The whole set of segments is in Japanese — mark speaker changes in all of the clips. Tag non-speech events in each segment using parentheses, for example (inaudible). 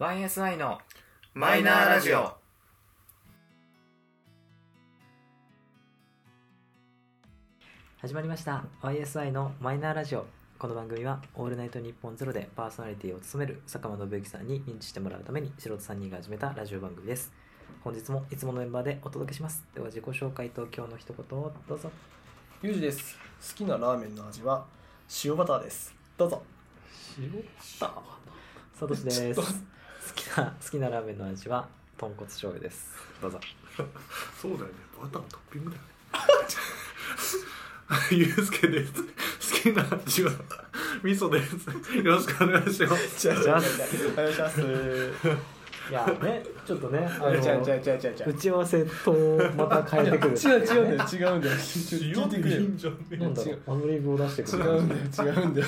Speaker 1: YSI の
Speaker 2: マイナーラジオ。
Speaker 3: 始まりました YSI のマイナーラジオこの番組は「オールナイトニッポンゼロでパーソナリティを務める坂間信之さんに認知してもらうために素人3人が始めたラジオ番組です本日もいつものメンバーでお届けしますでは自己紹介と今日の一言をどうぞ
Speaker 4: ゆうじです。好きなラーメンの味は塩バターです。どうぞ。
Speaker 3: サトシ (laughs) です好きな好きなラーメンの味は豚骨醤油ですどうぞ
Speaker 2: そうだよねバターのトッピングだよね (laughs) ゆうすけです好きな味は味噌ですよろしくお願いします
Speaker 4: じゃあ
Speaker 3: じゃあ
Speaker 4: お願いします。
Speaker 3: いやねちょっとねあ
Speaker 4: あじゃあじゃあじゃあじゃあじゃ
Speaker 3: 打ち合わせとまた変えてくる
Speaker 4: (laughs) 違う違うんだよ違うんだよ。聞いてくれよ。違
Speaker 2: じゃねえ
Speaker 3: なんだろうアドリブを出してくる
Speaker 4: うんだよ違うんだよ。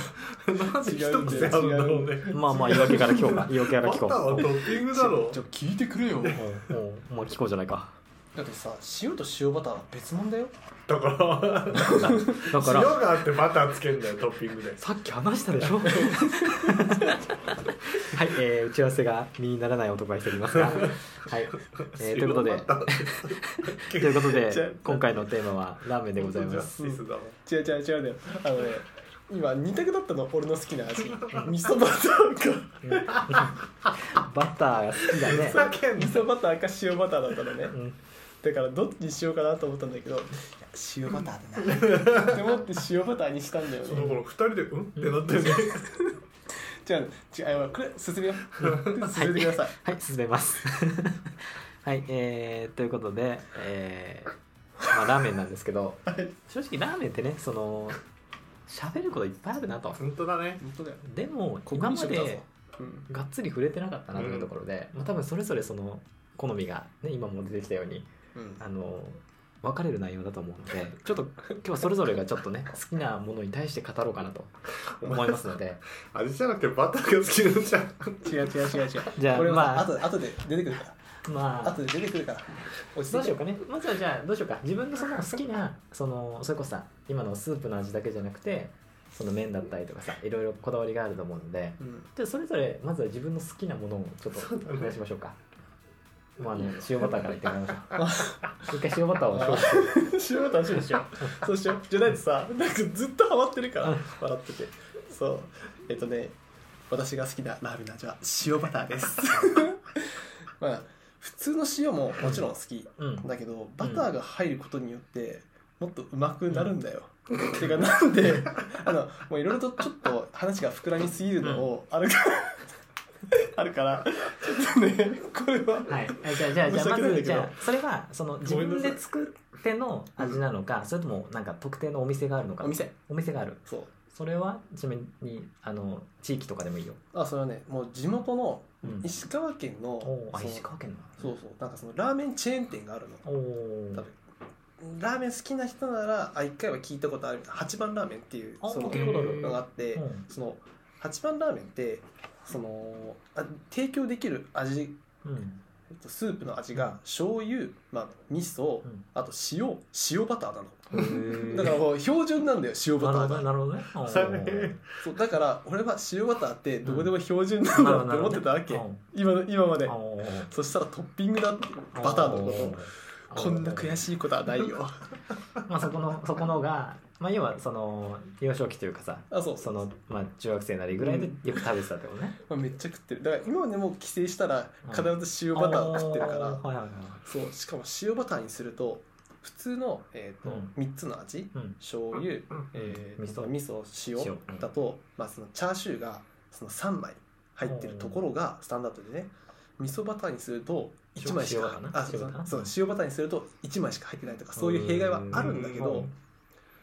Speaker 2: なんで一癖あるんだろうね
Speaker 3: まあまあ言い訳から今
Speaker 4: (laughs)
Speaker 3: 日か言い訳から
Speaker 2: バ
Speaker 3: 聞
Speaker 2: タ
Speaker 3: こ
Speaker 2: ー
Speaker 3: う
Speaker 2: はトッピングだろ
Speaker 4: じゃあ聞いてくれよ。
Speaker 3: もうもうもう聞こうじゃないか
Speaker 4: だってさ塩と塩バターは別物だよ。
Speaker 2: だから
Speaker 3: だか
Speaker 4: (laughs)
Speaker 2: 塩
Speaker 3: ら
Speaker 2: があってバターつけんだよトッピングで
Speaker 3: さっき話したでしょはい、えー打ち合わせが身にならない男が一人いますが、
Speaker 4: (laughs)
Speaker 3: はいえーということでということ
Speaker 4: じゃあ
Speaker 3: で今回のテーマはラーメンでございます
Speaker 4: (laughs)
Speaker 2: ジャスティスだわ
Speaker 4: 違う違う違うんだよ。あのね今二択だったの俺の好きな
Speaker 2: (laughs)
Speaker 4: 味。味噌バターか
Speaker 3: バターが好きだね
Speaker 2: ふざけん
Speaker 4: 味
Speaker 2: な
Speaker 4: 噌バターか塩バターだったのね。
Speaker 3: うん
Speaker 4: だからどっちにしようかなと思ったんだけどいや塩バター
Speaker 2: (laughs)
Speaker 4: だなって思って塩バターにしたんだよ
Speaker 2: その
Speaker 4: ね
Speaker 2: 頃二人でうんって
Speaker 3: (laughs)
Speaker 2: なってるね
Speaker 4: じゃあ違うやばいこれ進
Speaker 2: (laughs)
Speaker 4: めよう進めてください
Speaker 3: はい進めます (laughs) はいえーということで、えーまあ、ラーメンなんですけど
Speaker 4: はい
Speaker 3: 正直ラーメンってねその喋ることいっぱいあるなと
Speaker 2: 本当だね
Speaker 4: 本当だよ
Speaker 3: でも今ま
Speaker 4: 国民食だぞ
Speaker 3: で
Speaker 4: うん
Speaker 3: がっつり触れてなかったなというところで、まあ、多分それぞれその好みが、ね、今も出てきたように
Speaker 4: うん
Speaker 3: あの分かれる内容だと思うの
Speaker 4: (laughs)
Speaker 3: でちょっと今日はそれぞれがちょっとね好きなものに対して語ろうかなと思いますの
Speaker 4: (laughs)
Speaker 3: で
Speaker 2: 味じゃなくてバターが好きなんじゃ
Speaker 4: 違
Speaker 2: ん
Speaker 4: う違う違う違う
Speaker 3: じゃあ
Speaker 4: これは
Speaker 3: まあ
Speaker 4: あと後で出てくるから
Speaker 3: まあ
Speaker 4: 後で出てくるから落
Speaker 3: どう
Speaker 4: ち
Speaker 3: しよ
Speaker 4: 着いうて
Speaker 3: かねまずはじゃあどうしようか自分のその好きなそのそれこそさ今のスープの味だけじゃなくてその麺だったりとかさいろいろこだわりがあると思うので
Speaker 4: うん
Speaker 3: じゃあそれぞれまずは自分の好きなものをちょっとお願いしましょうか。まあね、塩バターからいってもらいましょう。 (laughs) 一回塩バターを消費して
Speaker 4: 塩バターにしようそうしようじゃないとさなんかずっとハマってるから笑っててそうえっとね私が好きなラーメンの味は塩バターです (laughs) まあ普通の塩ももちろん好き
Speaker 3: (laughs) うん。
Speaker 4: だけどバターが入ることによってもっとうまくなるんだよ、てかなんであのもういろいろとちょっと話が膨らみすぎるのをあるから (laughs) あるからちょっとねこれは
Speaker 3: はい。じゃあ、じゃあ、じゃあ、ま
Speaker 4: 申し訳ない
Speaker 3: ず、
Speaker 4: けど
Speaker 3: じゃあ、それは、その、自分で作っての味なのか、それとも、なんか、特定のお店があるのか。
Speaker 4: お。店
Speaker 3: お店がある。
Speaker 4: そう
Speaker 3: それは、ちなみに、あの、地域とかでもいいよ。
Speaker 4: あそれはねもう地元の
Speaker 3: うん
Speaker 4: 石川県の、
Speaker 3: おーあ、
Speaker 4: その
Speaker 3: 石川県
Speaker 4: そ
Speaker 3: の。
Speaker 4: うそうなんかそのラーメンチェーン店があるの
Speaker 3: おお
Speaker 4: 多
Speaker 3: ー
Speaker 4: 分。ラーメン好きな人ならあ一回は聞いたことある八番ラーメンっていう
Speaker 3: あ
Speaker 4: その
Speaker 3: 聞いたことある
Speaker 4: のがあって、
Speaker 3: うん
Speaker 4: その八番ラーメンってそのあ提供できる味
Speaker 3: うん。
Speaker 4: えっとスープの味が醤油、まあ、味噌
Speaker 3: うん
Speaker 4: あと塩塩バターな
Speaker 3: へー
Speaker 4: のだからもう標準なんだよ塩バ
Speaker 3: なるほ
Speaker 4: ター
Speaker 3: ど、
Speaker 4: が
Speaker 3: なるほどね。おー
Speaker 4: そうだから俺は塩バターってどこでも標準なんだろうって思ってたわけ、
Speaker 3: うん
Speaker 4: 今の今まで
Speaker 3: おー
Speaker 4: そしたらトッピングだってバターのこ
Speaker 3: お
Speaker 4: とこんな悔しいことはないよ
Speaker 3: まあ、そこのそこのが、まあ、要はその幼少期というかさ
Speaker 4: あそう
Speaker 3: その、まあ、中学生なりぐらいでよく食べてたってことね、
Speaker 4: まあ、めっちゃ食ってるだから今までも帰省したら
Speaker 3: うん
Speaker 4: 必ず塩バターを食ってるから、
Speaker 3: あーはいはいはい
Speaker 4: そうしかも塩バターにすると普通の、えーと
Speaker 3: うん
Speaker 4: 3つの味
Speaker 3: うん
Speaker 4: 醤油、えー
Speaker 3: 味噌
Speaker 4: 味噌塩
Speaker 3: 塩
Speaker 4: だと、まあ、そのチャーシューがその3枚入ってるところがスタンダードでね味噌バターにすると1枚し
Speaker 3: 塩
Speaker 4: か
Speaker 3: 塩バターな
Speaker 4: あそ
Speaker 3: 塩バター
Speaker 4: う
Speaker 3: な
Speaker 4: そう塩バターにすると1枚しか入ってないとかそういう弊害はあるんだけ
Speaker 3: う
Speaker 4: ど
Speaker 3: ん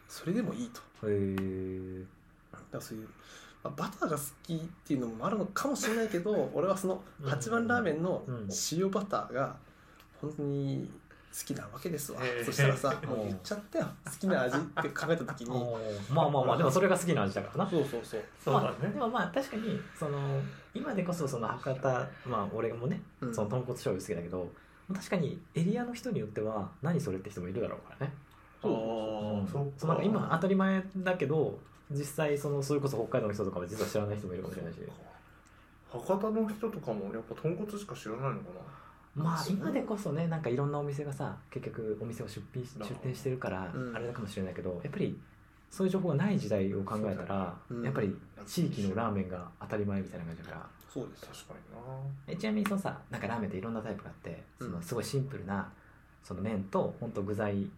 Speaker 4: それでもいいと
Speaker 3: へー
Speaker 4: だからそういう、まあ、バターが好きっていうのもあるのかもしれないけど
Speaker 3: (laughs)
Speaker 4: 俺はその八番ラーメンの
Speaker 3: うん
Speaker 4: 塩バターが本当に好きなわけですわ、
Speaker 2: えー
Speaker 4: そしたらさ
Speaker 3: うん
Speaker 4: もう言っち
Speaker 3: (laughs)
Speaker 4: ゃったよ好きな味って考えた時に
Speaker 3: おーまあまあまあでもそれが好きな味だからな
Speaker 4: そうそうそう
Speaker 2: そうだね
Speaker 3: まあ、でもまあ確かにその今でこそその博多まあ俺もね
Speaker 4: うん
Speaker 3: その豚骨醤油好きだけど、確かにエリアの人によっては何それって人もいるだろうからね
Speaker 4: そう
Speaker 3: うん
Speaker 2: そっか
Speaker 3: そうなんか今当たり前だけど実際そのそれこそ北海道の人とかは実は知らない人もいるかもしれないし
Speaker 2: 博多の人とかもやっぱ豚骨しか知らないのか
Speaker 3: まあ
Speaker 4: そう
Speaker 3: 今でこそねなんかいろんなお店がさ結局お店を出品し
Speaker 2: まあ
Speaker 3: 出店してるから
Speaker 4: うん
Speaker 3: あれかもしれないけど、やっぱりそういう情報がない時代を考えたら、
Speaker 4: そうだねうん
Speaker 3: やっぱり地域のラーメンが当たり前みたいな感じだから
Speaker 4: そうで
Speaker 2: な
Speaker 4: すよ
Speaker 2: 確かにな
Speaker 3: えちなみにそのさなんかラーメンっていろんなタイプがあってそのすごいシンプルなその麺と本当具材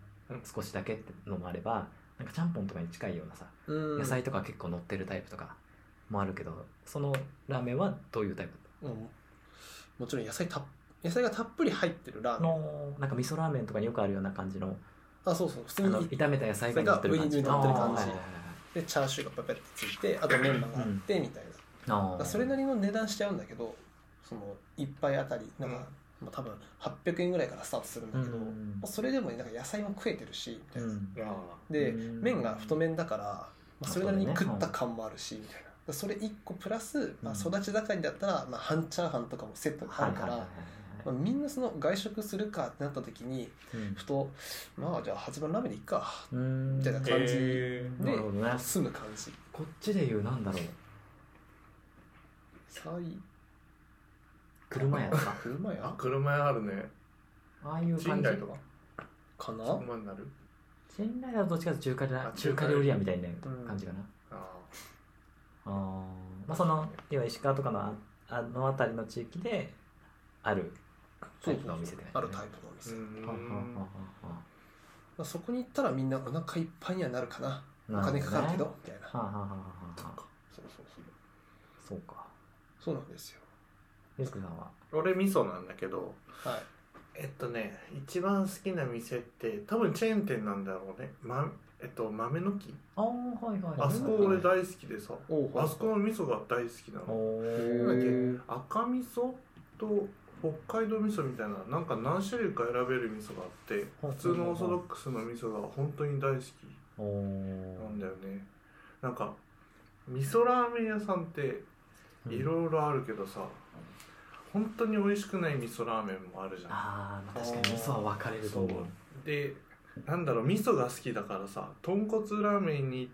Speaker 3: 少しだけってのもあればなんかちゃんぽんとかに近いようなさ
Speaker 4: うん
Speaker 3: 野菜とか結構乗ってるタイプとかもあるけどそのラーメンはどういうタイプ
Speaker 4: うんもちろん野菜たっ野菜がたっぷり入ってるラーメン
Speaker 3: のなんか味噌ラーメンとかによくあるような感じの
Speaker 4: あそうそう普
Speaker 3: あ
Speaker 4: 通
Speaker 3: の
Speaker 4: に
Speaker 3: 炒めた野菜が乗ってる感じ
Speaker 4: それが上に乗ってる感じ
Speaker 3: あーはいはいはいはい
Speaker 4: でチャーシューがペペってついてあとメンマがあってみたいな、
Speaker 3: あ
Speaker 4: だか
Speaker 3: あ
Speaker 4: らそれなりの値段しちゃうんだけどその一杯あたりなんか、まあ、多分800円ぐらいからスタートするんだけど、
Speaker 3: うん
Speaker 4: もうそれでもなんか野菜も食えてるしみたいな、
Speaker 3: うん
Speaker 2: いや
Speaker 4: で、
Speaker 3: うん
Speaker 4: 麺が太麺だから、まあ、それなりに
Speaker 3: そうだね
Speaker 4: 食った感もあるし、みたいなだからそれ1個プラス、まあ、
Speaker 3: うん
Speaker 4: 育ち盛りだったら、まあ、半チャーハンとかもセットであるから、まあ、みんなその外食するかってなった時にふとまあじゃあ8番ラーメンでいっか
Speaker 3: うん
Speaker 4: みたいな
Speaker 2: ー
Speaker 4: 感じ
Speaker 2: えー
Speaker 3: なるほどね
Speaker 4: 済む感じ
Speaker 3: こっちで言うなんだろう
Speaker 4: 最
Speaker 3: 車屋と
Speaker 2: (laughs)
Speaker 3: か
Speaker 4: 車
Speaker 2: あ
Speaker 4: や
Speaker 2: 車屋あるね
Speaker 3: ああいう
Speaker 2: 賃
Speaker 3: 感じ
Speaker 2: 貸とか
Speaker 4: かな
Speaker 2: そこまでなる
Speaker 3: 信頼だとどっちかというと中華料
Speaker 2: あ
Speaker 3: 中
Speaker 2: 中華
Speaker 3: 華料理屋みたいな感じかな、
Speaker 2: あ
Speaker 3: あーまあその要は石川とかのああの辺りの地域であるタイプのお店って
Speaker 4: あ
Speaker 3: 感
Speaker 4: る
Speaker 3: じ
Speaker 4: タ
Speaker 3: だ
Speaker 4: イ
Speaker 3: ね
Speaker 4: プのお (laughs) 店、
Speaker 2: ーう
Speaker 4: ま
Speaker 2: ん
Speaker 3: ははははは
Speaker 4: あ、そこに行ったらみんなお腹いっぱいにはなるかなお
Speaker 3: な
Speaker 4: 金
Speaker 3: ほ
Speaker 4: か
Speaker 3: どね
Speaker 4: かるけどみたいな
Speaker 3: はあはあはあはあはあ
Speaker 2: そうそうそ
Speaker 3: そうか
Speaker 4: そうなんですよ
Speaker 3: ゆうすくさんは
Speaker 2: う俺味噌なんだけど
Speaker 4: はい
Speaker 2: えっとね一番好きな店って多分チェーン店なんだろうね、ま、えっと豆の木
Speaker 3: ああはいはい
Speaker 2: あそこ俺大好きでさ
Speaker 4: おう
Speaker 2: あそこの味噌が大好きなの
Speaker 3: お
Speaker 2: なんだっけ
Speaker 3: ー
Speaker 2: 赤味噌と北海道味噌みたいななんか何種類か選べる味噌があって
Speaker 3: ほう
Speaker 2: 普通のオーソドックスの味噌が本当に大好き
Speaker 3: おー
Speaker 2: なんだよねなんか味噌ラーメン屋さんっていろいろあるけどさ本当に美味しくない味噌ラーメンもあるじゃん
Speaker 3: あーまあ確かに味噌は分かれると
Speaker 2: そう
Speaker 3: 思う
Speaker 2: でなんだろう味噌が好きだからさ豚骨ラーメンに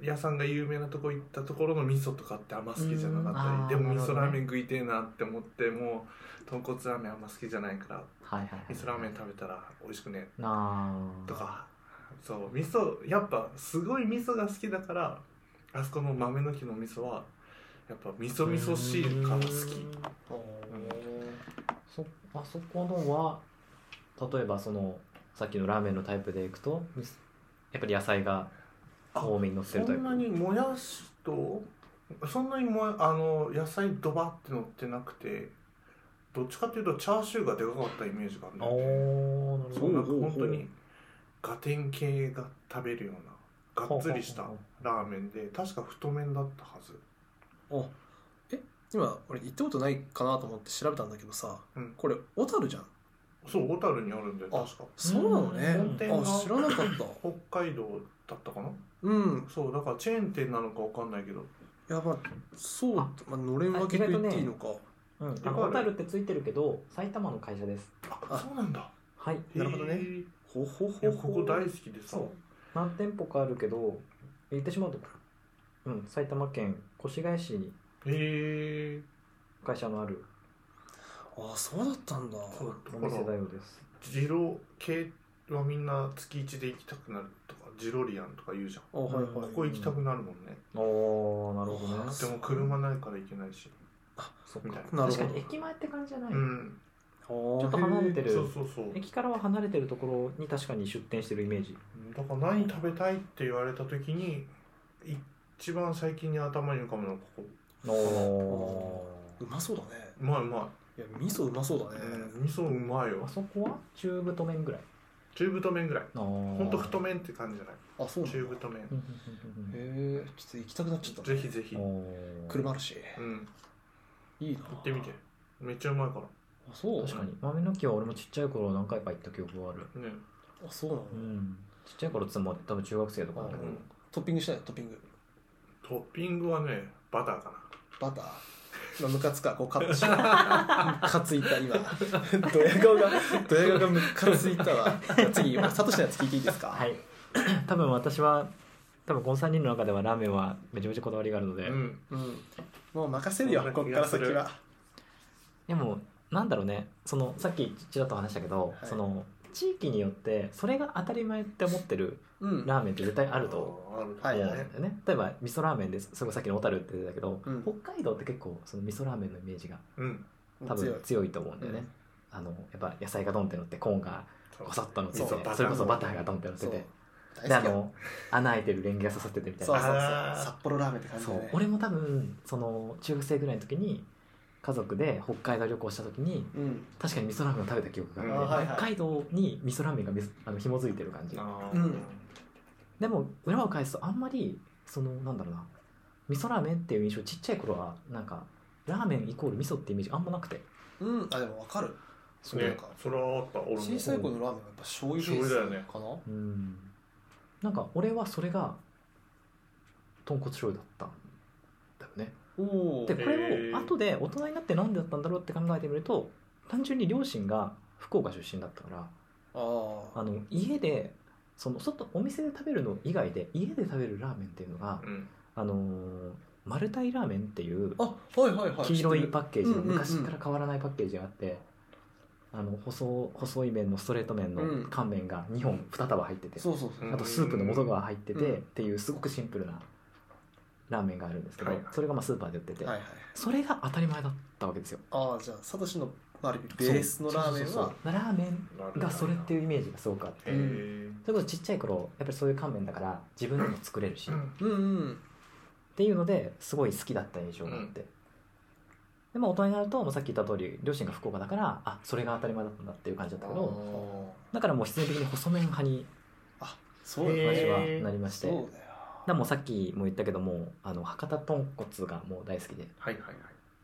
Speaker 2: 屋さんが有名なとこ行ったところの味噌とかってあんま好きじゃなかったりで
Speaker 3: うん
Speaker 2: も
Speaker 3: あー
Speaker 2: 味噌ラーメン
Speaker 3: な
Speaker 2: 食いてえなって思ってもう豚骨ラーメンあんま好きじゃないから
Speaker 3: はいはいはい
Speaker 2: 味噌ラーメン食べたら美味しくね
Speaker 3: なあ
Speaker 2: とかそう味噌やっぱすごい味噌が好きだからあそこの豆の木の味噌はやっぱ味噌味噌汁から好き
Speaker 3: うんそあそこのは例えばそのさっきのラーメンのタイプでいくとみすやっぱり野菜が多めに乗って
Speaker 2: そ
Speaker 3: るタイプ
Speaker 2: んなにもやしとそんなにもやあの野菜ドバって乗ってなくてどっちかっていうとチャーシューがでかかったイメージがあるんだよね
Speaker 3: おーなる
Speaker 2: そ
Speaker 3: ほ
Speaker 2: う
Speaker 3: ど
Speaker 2: なんか本当にガテン系が食べるようながっつりしたラーメンで確か太麺だったはず
Speaker 4: おえ今俺行ったことないかなと思って調べたんだけどさ、
Speaker 2: うん
Speaker 4: これ小樽じゃん
Speaker 2: そう小樽にあるんだよ
Speaker 4: あ
Speaker 2: 確か
Speaker 4: そうなのね
Speaker 3: 本
Speaker 2: 店が
Speaker 4: あ知らなかった
Speaker 2: 北海道だったかな
Speaker 4: うん
Speaker 2: そうだからチェーン店なのかわかんないけど
Speaker 4: やばそうまあのれん分けと言っていいのか、
Speaker 3: うん
Speaker 2: と
Speaker 3: あ
Speaker 2: ね
Speaker 3: のホタルってついてるけど埼玉の会社です
Speaker 2: あそうなんだ
Speaker 3: はい
Speaker 4: なるほどね
Speaker 2: へー
Speaker 4: ほほ
Speaker 2: い
Speaker 4: ほ
Speaker 2: や
Speaker 4: ほ
Speaker 2: ここ大好きでさ
Speaker 3: そう何店舗かあるけど言ってしまうとうん埼玉県越谷市に
Speaker 2: へえ
Speaker 3: 会社のある
Speaker 4: あそうだったんだ
Speaker 2: そうだ
Speaker 3: お
Speaker 2: から
Speaker 3: 店だようです
Speaker 2: ジロ系はみんな月一で行きたくなるとかジロリアンとか言うじゃん
Speaker 4: あはいはい、
Speaker 3: うん
Speaker 2: ここ行きたくなるもんね、
Speaker 3: おーなるほどね
Speaker 4: あ
Speaker 2: でも車ないから行けないし
Speaker 3: そっ
Speaker 2: み
Speaker 3: か
Speaker 2: たいな
Speaker 4: なる
Speaker 3: 確
Speaker 4: ほ
Speaker 3: か
Speaker 4: ど
Speaker 3: に駅前って感じじゃない、
Speaker 2: うん
Speaker 3: ちょっと離れてる
Speaker 2: そうそうそう
Speaker 3: 駅からは離れてるところに確かに出店してるイメージ
Speaker 2: だから何食べたいって言われた時に一番最近に頭に浮かぶのはここ
Speaker 4: おうまそうだね
Speaker 2: うまいうま
Speaker 4: いや味噌うまそうだ
Speaker 2: い、
Speaker 4: ね、
Speaker 2: うん味噌うまい
Speaker 3: あ
Speaker 2: よ
Speaker 3: そこは中太麺ぐらい
Speaker 2: 中太麺ぐらいほ
Speaker 3: ほ
Speaker 2: んと太麺って感じじゃない
Speaker 4: あそうなんだ
Speaker 2: 中太麺
Speaker 3: 麺
Speaker 4: へえちょっと行きたくなっちゃった
Speaker 2: ぜひぜひう
Speaker 4: 車あるし
Speaker 2: ん
Speaker 4: いいな行
Speaker 2: 行ってみてめっちゃうまいか
Speaker 4: あそう
Speaker 3: 確かに豆の木は俺もちっちゃい頃何回か行った記憶がある
Speaker 2: らね
Speaker 4: あそうなの、
Speaker 3: うんちっちゃい頃っつっても多分中学生とかだけど
Speaker 2: うん
Speaker 4: トッピングしたいトッピング
Speaker 2: トッピングはねバターかな
Speaker 4: バ
Speaker 2: (laughs)
Speaker 4: ター今ムカつくわこうカットしてムカついた
Speaker 2: (laughs)
Speaker 4: 今ドヤ顔がドヤ顔がムカついたわじゃあ次俺サトシのやつ聞いていいですか
Speaker 3: はい (coughs) 多分私は多分この3人の中ではラーメンはめちゃめちゃこだわりがあるので、
Speaker 2: うん
Speaker 4: うんもう任せるよ
Speaker 2: そんな気
Speaker 4: こ
Speaker 2: が
Speaker 4: っから先
Speaker 2: する
Speaker 4: は
Speaker 3: でもなんだろうねそのさっきちらっと話したけど、
Speaker 4: はい
Speaker 3: その地域によってそれが当たり前って思ってる
Speaker 4: うん
Speaker 3: ラーメンって絶対あると
Speaker 2: ある
Speaker 4: は
Speaker 3: 思
Speaker 4: い
Speaker 3: うん
Speaker 4: は
Speaker 3: だ
Speaker 4: い
Speaker 3: よね例えば味噌ラーメンですごいさっきの小樽って出てたけど、
Speaker 4: うん
Speaker 3: 北海道って結構その味噌ラーメンのイメージが
Speaker 2: うん
Speaker 3: 多
Speaker 4: 強い
Speaker 3: 分強いと思うんだよね、あのやっぱ野菜がドンって乗ってコーンが
Speaker 2: そう
Speaker 3: ごそっと乗ってて
Speaker 4: そ
Speaker 3: そうれこそバターがドンって乗って
Speaker 4: そう
Speaker 3: て
Speaker 4: 大
Speaker 3: であ
Speaker 4: 好きよ
Speaker 3: の穴開いてるレンゲが刺さっててみたい
Speaker 4: そう
Speaker 3: な
Speaker 4: そうそう
Speaker 2: あー
Speaker 4: 札幌ラーメンって感じ
Speaker 3: そ
Speaker 4: だ
Speaker 3: う
Speaker 4: ね
Speaker 3: 俺も多分その中学生ぐらいの時に家族で北海道旅行した時に
Speaker 4: うん
Speaker 3: 確かに味噌ラーメンを食べた記憶があって、
Speaker 2: うんあ
Speaker 4: はいは
Speaker 3: 北
Speaker 4: い
Speaker 3: 海道に味噌ラーメンがみそあの紐づいてる感じ
Speaker 2: あ
Speaker 4: う
Speaker 2: ー
Speaker 4: ん
Speaker 3: でも裏を返すとあんまりそのなんだろうな味噌ラーメンっていう印象ちっちゃい頃はなんかラーメンイコール味噌ってイメージあんまなくて
Speaker 4: うんあでも分かるそうなん
Speaker 2: ね
Speaker 4: か
Speaker 2: それはあった俺も
Speaker 4: 小さい頃のラーメンはやっぱ醤油ベース
Speaker 2: 醤油だよね
Speaker 4: かな
Speaker 3: うんなんか俺はそれが豚骨醤油だったんだよね
Speaker 4: おお
Speaker 3: で
Speaker 2: へ
Speaker 3: こ
Speaker 2: ー
Speaker 3: れを後で大人になって何でだったんだろうって考えてみると単純に両親が福岡出身だったから
Speaker 4: あ
Speaker 3: あの家でその外お店で食べるの以外で家で食べるラーメンっていうのが、
Speaker 2: うん
Speaker 3: あのーマルタイラーメンっていう
Speaker 4: ああはいはいはい
Speaker 3: 黄色いパ
Speaker 4: ッ
Speaker 3: ッケージの
Speaker 4: うんうんうん
Speaker 3: 昔から変わらないパッケージがあってあの細細い麺のストレート麺の
Speaker 4: うん
Speaker 3: 乾麺が2本2束入ってて
Speaker 4: そうそうそううん
Speaker 3: あとスープの素が入っててっ
Speaker 4: うん
Speaker 3: ていうすごくシンプルなラーメンがあるんですけど
Speaker 2: はいはい
Speaker 3: それがまあスーパーで売ってて
Speaker 4: はいはい
Speaker 3: それが当たり前だったわけですよ
Speaker 4: ああじゃあサトシのある意味ベースのラーメン
Speaker 3: そうそう
Speaker 4: は
Speaker 3: そうラーメン
Speaker 2: なるほど
Speaker 3: がそれっていうイメージがすごくあって
Speaker 2: へー
Speaker 3: それこそちっちゃい頃やっぱりそういう乾麺だから自分でも作れるし、
Speaker 2: うん
Speaker 4: うんうん
Speaker 3: っていうのですごい好きだった印象があって、でまあ大人になるともうさっき言った通り両親が福岡だからあそれが当たり前だったんだっていう感じだったけどだからもう必然的に細麺派に
Speaker 4: あそう
Speaker 2: へ
Speaker 4: だ
Speaker 2: ー
Speaker 3: 私はなりまして、
Speaker 4: そうだ
Speaker 3: だか
Speaker 4: よ
Speaker 3: らもうさっきも言ったけどもあの博多豚骨がもう大好きで
Speaker 2: はいはいはい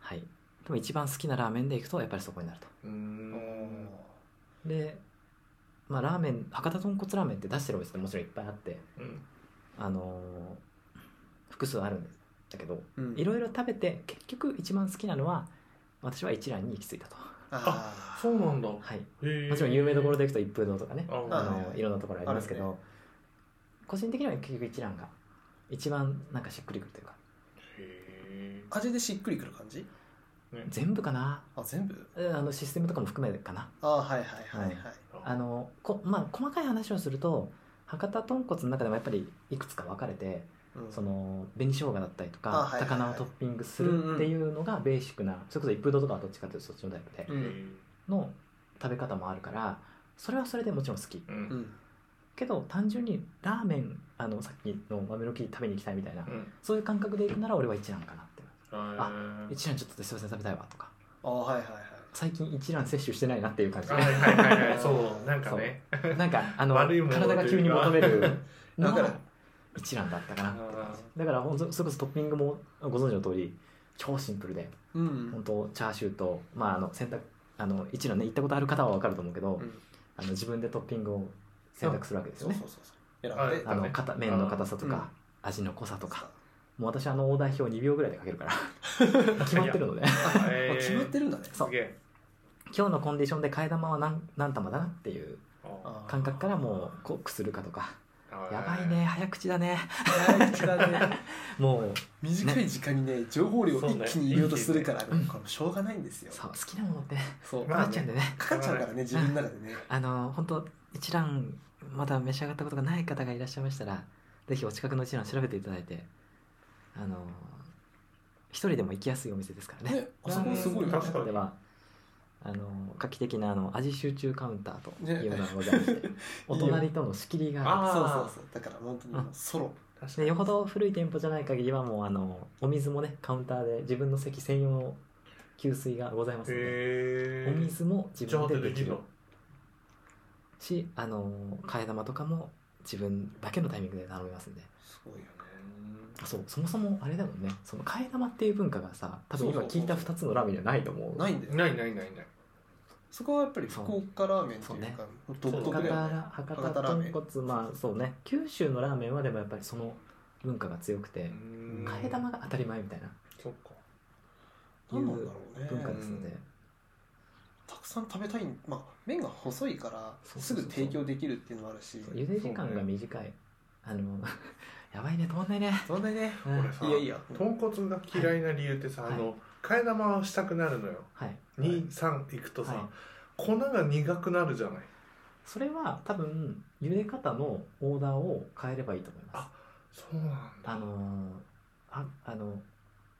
Speaker 3: はいでも一番好きなラーメンで行くとやっぱりそこになると
Speaker 2: うー
Speaker 4: お
Speaker 2: ん
Speaker 3: でまあラーメン博多豚骨ラーメンって出してるお店ってもちろんいっぱいあって
Speaker 2: うん
Speaker 3: あのー複数あるんだけど
Speaker 4: ー
Speaker 3: いろいろ食べて結局一番好きなのは私は一蘭に行き着いたと
Speaker 4: あ
Speaker 2: そうなんだ
Speaker 3: はい
Speaker 2: へえ
Speaker 3: もちろん有名どころでいくと一風堂とかね
Speaker 2: あ
Speaker 3: あ
Speaker 4: はいは
Speaker 3: の
Speaker 4: い
Speaker 3: いろんなところありますけ
Speaker 4: あ
Speaker 3: ど、個人的には結局一蘭が一番なんかしっくりくるというか
Speaker 2: へ
Speaker 4: ー味でしっくりくる感じ
Speaker 2: えね
Speaker 3: 全部かな
Speaker 4: あ全部
Speaker 3: うんあのシステムとかも含めかな
Speaker 4: あはいはいはいはい
Speaker 3: あのこ、まあ、細かい話をすると博多豚骨の中でもやっぱりいくつか分かれて
Speaker 4: うん
Speaker 3: その紅生姜だったりと
Speaker 4: あは
Speaker 3: か
Speaker 4: いはいはい
Speaker 3: 高菜をトッピングするっていうのがベーシックなそれこそ一風堂とかはどっちかというとそっちのタイプで
Speaker 4: う
Speaker 2: へ
Speaker 4: ん
Speaker 2: え
Speaker 3: の食べ方もあるからそれはそれでもちろん好き
Speaker 2: う
Speaker 4: うんん
Speaker 3: けど単純にラーメンあのさっきの豆の木食べに行きたいみたいな、
Speaker 2: うん
Speaker 3: そういう感覚で行くなら俺は一蘭かなって
Speaker 2: あ
Speaker 3: 一蘭ちょっとすいません食べたいわとか
Speaker 4: あはいはいはい
Speaker 3: 最近一蘭摂取してないなっていう
Speaker 4: (laughs)
Speaker 3: 感じ
Speaker 2: はいはいはいはい
Speaker 3: (laughs)
Speaker 2: そうなんかね
Speaker 3: なんかあの
Speaker 2: 悪いものというか
Speaker 3: 体が急に求めるの
Speaker 4: だから
Speaker 3: が一蘭だったかなって感
Speaker 2: あ
Speaker 3: じだからほんとそれこそトッピングもご存知の通り超シンプルで
Speaker 4: うん
Speaker 3: 本当チャーシューとまああの選択あの一蘭ね行ったことある方は分かると思うけど、
Speaker 4: うん
Speaker 3: あの自分でトッピングを選択するわけです
Speaker 4: そ
Speaker 3: よ
Speaker 4: う
Speaker 3: ね
Speaker 4: そうそうそう選んで
Speaker 2: は
Speaker 3: あ
Speaker 2: い
Speaker 3: の
Speaker 2: ね
Speaker 3: 硬麺の硬さとか、味の濃さとかもう私あのオーダー表2秒ぐらいで書けるから決まってるので (laughs)
Speaker 2: へ
Speaker 4: あ
Speaker 2: え
Speaker 4: 決まってるんだね
Speaker 3: そう
Speaker 2: すげえ
Speaker 3: 今日のコンディションで替え玉は何何玉だなっていう
Speaker 2: あ
Speaker 4: あー (laughs)
Speaker 3: 感覚からもうこうくするかとか
Speaker 2: ー
Speaker 3: やばいね早口だね
Speaker 4: 大事だね
Speaker 3: もう
Speaker 4: 短い時間にね情報量を一気に入れようとするから
Speaker 3: うね
Speaker 4: これもしょうがないんですよ
Speaker 3: そう好きなもの (laughs) ってね
Speaker 4: そう
Speaker 2: まあ
Speaker 3: なっちゃうんでね
Speaker 4: かかっちゃうからね自分の中でね
Speaker 3: あの本当一蘭まだ召し上がったことがない方がいらっしゃいましたらぜひお近くの一蘭調べていただいてあの一人でも行きやすいお店ですからね
Speaker 4: ねあそこすごいよね
Speaker 2: 確かに
Speaker 3: ではあの画期的なあの味集中カウンターと
Speaker 4: ね
Speaker 3: いうのがございまして、お隣との仕切りがある
Speaker 2: あ
Speaker 4: そうそうそうだから本当にもうソロ
Speaker 2: 確か
Speaker 3: で
Speaker 2: に
Speaker 3: よほど古い店舗じゃない限りはもうあのお水もねカウンターで自分の席専用の給水がございますので、
Speaker 2: へえ
Speaker 3: お水も自
Speaker 2: じゃあ
Speaker 3: 分ででき
Speaker 2: んだ
Speaker 3: るしあの替え玉とかも自分だけのタイミングで頼みますんです
Speaker 4: ごいよね
Speaker 3: あそうそもそもあれだもんねその替え玉っていう文化がさ多分
Speaker 4: そ
Speaker 3: 今
Speaker 4: うそうそう
Speaker 3: 聞いた2つのラーメンにはないと思う
Speaker 4: ないんだよ
Speaker 2: ないないないない
Speaker 4: そこはやっぱり福岡ラーメンっていうか独
Speaker 2: そう
Speaker 4: 特
Speaker 3: 博
Speaker 4: だ
Speaker 3: 多
Speaker 4: よね
Speaker 3: ら博
Speaker 4: 博多
Speaker 3: 多
Speaker 4: ラーメン
Speaker 3: 豚骨まあそうね九州のラーメンはでもやっぱりその文化が強くて
Speaker 2: うん
Speaker 3: 替え玉が当たり前みたいな
Speaker 2: そっか
Speaker 4: 何なんだろうね
Speaker 3: 文化ですので
Speaker 4: たくさん食べたいんまあ麺が細いから
Speaker 3: そうそ
Speaker 4: す
Speaker 3: うそう
Speaker 4: ぐ提供できるっていうのもあるし
Speaker 3: 茹で時間が短いあの (laughs) やばいね止まんないね、
Speaker 4: そんなにね
Speaker 3: うん
Speaker 2: 俺さ
Speaker 4: いやいや
Speaker 2: 豚骨が嫌いな理由ってさ、
Speaker 3: はい
Speaker 2: あの替え玉をしたくなるのよ
Speaker 3: はい
Speaker 2: 23行くとさ、
Speaker 3: はい
Speaker 2: 粉が苦くなるじゃない
Speaker 3: それは多分茹で方のオーダーを変えればいいと思います
Speaker 2: そうなんだ
Speaker 3: あのーああの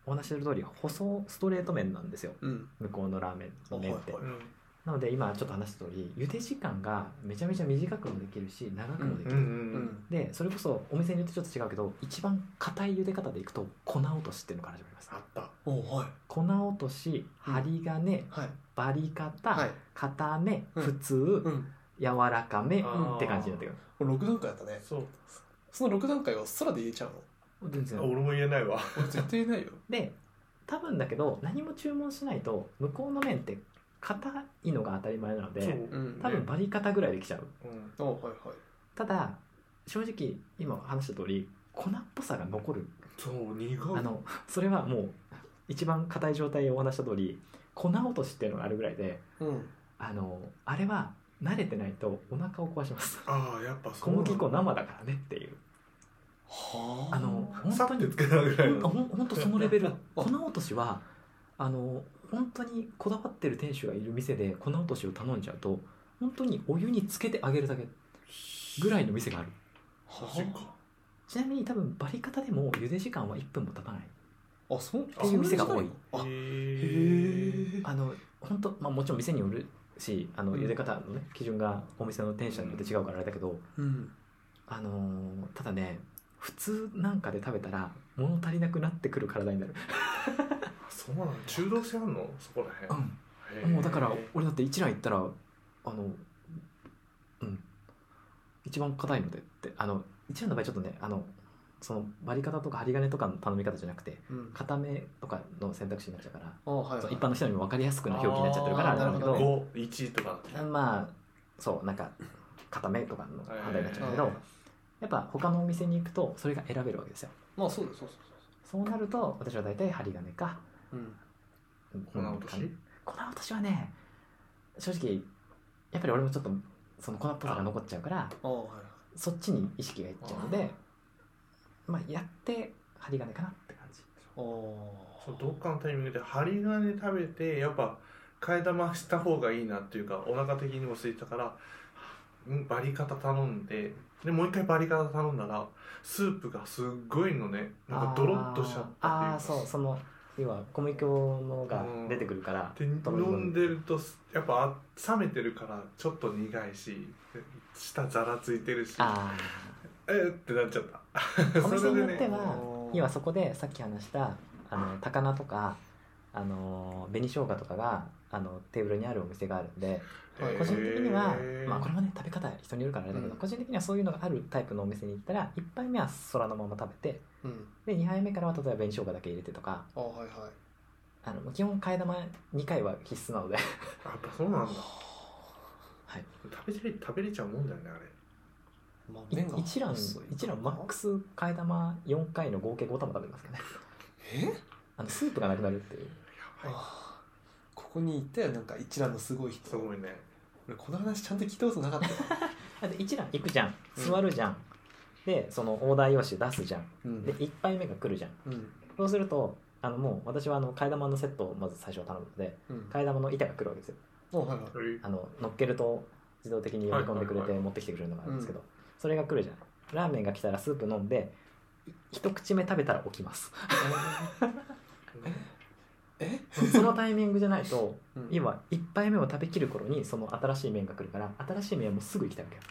Speaker 3: お話しする通り細ストレート麺なんですよ
Speaker 4: うん
Speaker 3: 向こうのラーメンの麺って、
Speaker 4: はいは
Speaker 2: うん
Speaker 3: なので今ちょっと話した通り茹で時間がめちゃめちゃ短くもできるし長くもでき
Speaker 2: う
Speaker 3: る、
Speaker 2: んうん
Speaker 4: う
Speaker 2: うん
Speaker 4: ん
Speaker 3: でそれこそお店によってちょっと違うけど一番硬い茹で方でいくと粉落としっていうのから始まります
Speaker 2: あった
Speaker 4: おはい
Speaker 3: 粉落とし針金、
Speaker 4: はい
Speaker 3: バリ方、
Speaker 4: はい
Speaker 3: 硬め、
Speaker 4: うん
Speaker 3: 普通、
Speaker 4: うん
Speaker 3: 柔らかめっ
Speaker 2: あー
Speaker 3: て感じになってくる
Speaker 4: これ6段階だったね
Speaker 2: そう
Speaker 4: その6段階を空で言えちゃうの
Speaker 3: 全
Speaker 2: あ
Speaker 3: 然
Speaker 2: 俺も言えないわ
Speaker 4: 俺絶対言えないよ
Speaker 3: で多分だけど何も注文しないと向こうの麺って硬いのが当たり前なの
Speaker 2: そう
Speaker 3: で
Speaker 4: うん
Speaker 3: 多分バリ方ぐらいできちゃう
Speaker 2: うん
Speaker 4: おはいはい
Speaker 3: ただ正直今話した通り粉っぽさが残る
Speaker 2: そう苦い
Speaker 3: あ
Speaker 2: あ
Speaker 3: のそれはもう一番硬い状態をお話した通り粉落としっていうのがあるぐらいで
Speaker 4: うん
Speaker 3: あのあれは慣れてないとお腹を壊します
Speaker 2: あーやっぱそ
Speaker 3: 小
Speaker 2: うなんだ
Speaker 3: 麦粉生だからねっていう
Speaker 4: は
Speaker 3: あの
Speaker 2: さ
Speaker 3: 本当に
Speaker 2: ってつけたぐらい
Speaker 3: ほん
Speaker 2: の
Speaker 3: ほんほんとそのレベル粉落としはあの本当にこだわってる店主がいる店で粉落としを頼んじゃうと本当にお湯につけてあげるだけぐらいの店がある
Speaker 4: は
Speaker 2: マジか
Speaker 3: ちなみに多分バリ方でも茹で時間は1分も経たない
Speaker 4: あそう
Speaker 3: ていう店が多い
Speaker 4: あ
Speaker 2: へ
Speaker 4: へえ
Speaker 3: あの本当、まあ、もちろん店によるしあの
Speaker 4: うん
Speaker 3: 茹で方のね基準がお店の店主によって違うからあれだけど
Speaker 4: うん
Speaker 3: あのーただね普通なんかで食べたら物足りなくなってくる体になる、
Speaker 2: そうなんだ中毒性あんのそこらへんへー
Speaker 3: もうだから俺だって一蘭行ったらあのうん一番硬いのでってあの一蘭の場合ちょっとねあのその割り方とか針金とかの頼み方じゃなくて
Speaker 4: うん
Speaker 3: 固めとかの選択肢になっちゃうから、
Speaker 4: あはいはい
Speaker 3: そう一般の人にも分かりやすくな表記になっちゃってるから
Speaker 4: あ
Speaker 3: あ
Speaker 4: ー
Speaker 3: れなんだけど
Speaker 4: なる
Speaker 2: 5、1とか
Speaker 3: まあそうなんか固めとかの判断になっちゃうんだけど
Speaker 4: はいはいは
Speaker 3: やっぱ他のお店に行くとそれが選べるわけですよ
Speaker 4: まあそうだそうそう
Speaker 3: そうなると私は大体針金か
Speaker 4: そううん
Speaker 2: 粉落とし
Speaker 3: うん粉落としはね正直やっぱり俺もちょっとその粉っぽさが残っちゃうから
Speaker 4: あはいはい
Speaker 3: そっちに意識がいっちゃうのでまあやって針金かなって感じ
Speaker 4: ああ
Speaker 2: そうどっかのタイミングで針金食べてやっぱ替え玉した方がいいなっていうかお腹的にも空いたからうんバリカタ頼んででもう一回バリカタ頼んだらスープがすっごいのねなんかドロッとしちゃったっていうか
Speaker 3: あーあーそうその要は小麦粉のが出てくるから
Speaker 2: で
Speaker 3: とろろ
Speaker 2: 飲んでるとやっぱあ冷めてるからちょっと苦いしで舌ざらついてるし
Speaker 3: あ
Speaker 2: えーってなっちゃった
Speaker 3: あ (laughs) お店によっ
Speaker 2: それ
Speaker 3: て
Speaker 2: でね
Speaker 3: は要はそこでさっき話したあの高菜とかあの紅生姜とかがあのテーブルにあるお店があるんで
Speaker 4: はい
Speaker 3: 個人的には、
Speaker 2: へー
Speaker 3: まあ、これもね食べ方人によるからあれだけど、
Speaker 4: うん
Speaker 3: 個人的にはそういうのがあるタイプのお店に行ったら1杯目は空のまま食べて
Speaker 4: うん
Speaker 3: で2杯目からは例えば紅生姜だけ入れてとか
Speaker 4: あはいはい
Speaker 3: あの基本替え玉2回は必須なので
Speaker 2: あやっぱそうなんだ
Speaker 3: はい
Speaker 2: 食べれ食べれちゃうもんだよねあれ
Speaker 4: まあ
Speaker 3: い
Speaker 4: 麺が
Speaker 3: 一蘭
Speaker 4: 細い
Speaker 3: 一蘭マックス替え玉4回の合計5玉食べますからね
Speaker 4: え
Speaker 3: あのスープがなくなるっていう
Speaker 2: やばい
Speaker 4: あーここにいたよなんか一蘭のすごい人
Speaker 2: すごいね
Speaker 4: 俺この話ちゃんと聞いたことなかった
Speaker 3: (laughs)
Speaker 4: わ
Speaker 3: あと一蘭行くじゃん
Speaker 4: うん
Speaker 3: 座るじゃん、でそのオーダー用紙出すじゃん
Speaker 4: うん
Speaker 3: で1杯目が来るじゃん
Speaker 4: うん
Speaker 3: そうするとあのもう私はあの替え玉のセットをまず最初は頼むので
Speaker 4: うん
Speaker 3: 替え玉の板が来るわけですよ
Speaker 4: あはいはい
Speaker 3: あの乗っけると自動的に読み込んでくれ
Speaker 2: はい
Speaker 3: て
Speaker 2: はい
Speaker 3: 持ってきてくれるのがあるんですけど、それが来るじゃないラーメンが来たらスープ飲んでい一口目食べたら起きます
Speaker 2: (laughs)
Speaker 3: (laughs)
Speaker 4: え
Speaker 3: そのタイミングじゃないと
Speaker 4: うん
Speaker 3: 今1杯目を食べきる頃にその新しい麺が来るから新しい麺はもうすぐ行きたいわけよ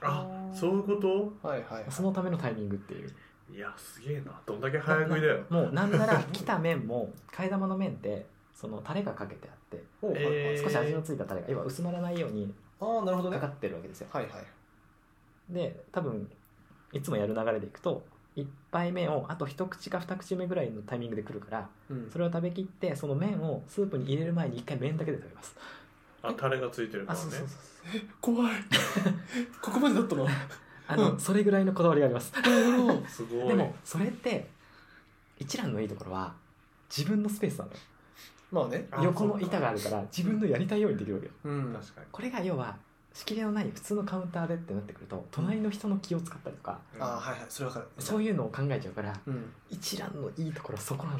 Speaker 2: あそういうこと
Speaker 4: はいはいはい
Speaker 3: そのためのタイミングっていう
Speaker 2: いやすげえなどんだけ早食い
Speaker 3: (laughs)
Speaker 2: だよ
Speaker 3: もうなんな
Speaker 2: (laughs)
Speaker 3: ら来た麺も替え玉の麺ってそのタレがかけてあって
Speaker 4: おはいはい
Speaker 2: えー
Speaker 3: 少し味のついたタレが要は薄まらないように
Speaker 4: ああなるほどね
Speaker 3: かか
Speaker 4: は
Speaker 3: ってるわけですよ
Speaker 4: いはい
Speaker 3: で多分いつもやる流れでいくと1杯目をあと一口か二口目ぐらいのタイミングで来るから
Speaker 4: うん
Speaker 3: それを食べきってその麺をスープに入れる前に一回麺だけで食べます
Speaker 2: あタレがついてるか
Speaker 3: あ
Speaker 2: ら
Speaker 3: そう
Speaker 2: ね
Speaker 3: そうそう
Speaker 4: 怖いここまでだったの
Speaker 3: あの、それぐらいのこだわりがあります
Speaker 2: すごい
Speaker 3: でもそれって一蘭のいいところは自分のスペースなのよ
Speaker 4: (laughs) まあね
Speaker 2: あ
Speaker 3: 横の板があるから自分のやりたいようにできるわけよ
Speaker 4: うん
Speaker 2: 確かに
Speaker 3: これが要は仕切りのない普通のカウンターでってなってくると隣の人の気を使ったりとか、
Speaker 4: ああはいはいそれわかる
Speaker 3: そう
Speaker 4: う
Speaker 3: いうのを考えちゃうから
Speaker 4: うん
Speaker 3: 一蘭のいいところはそこなの、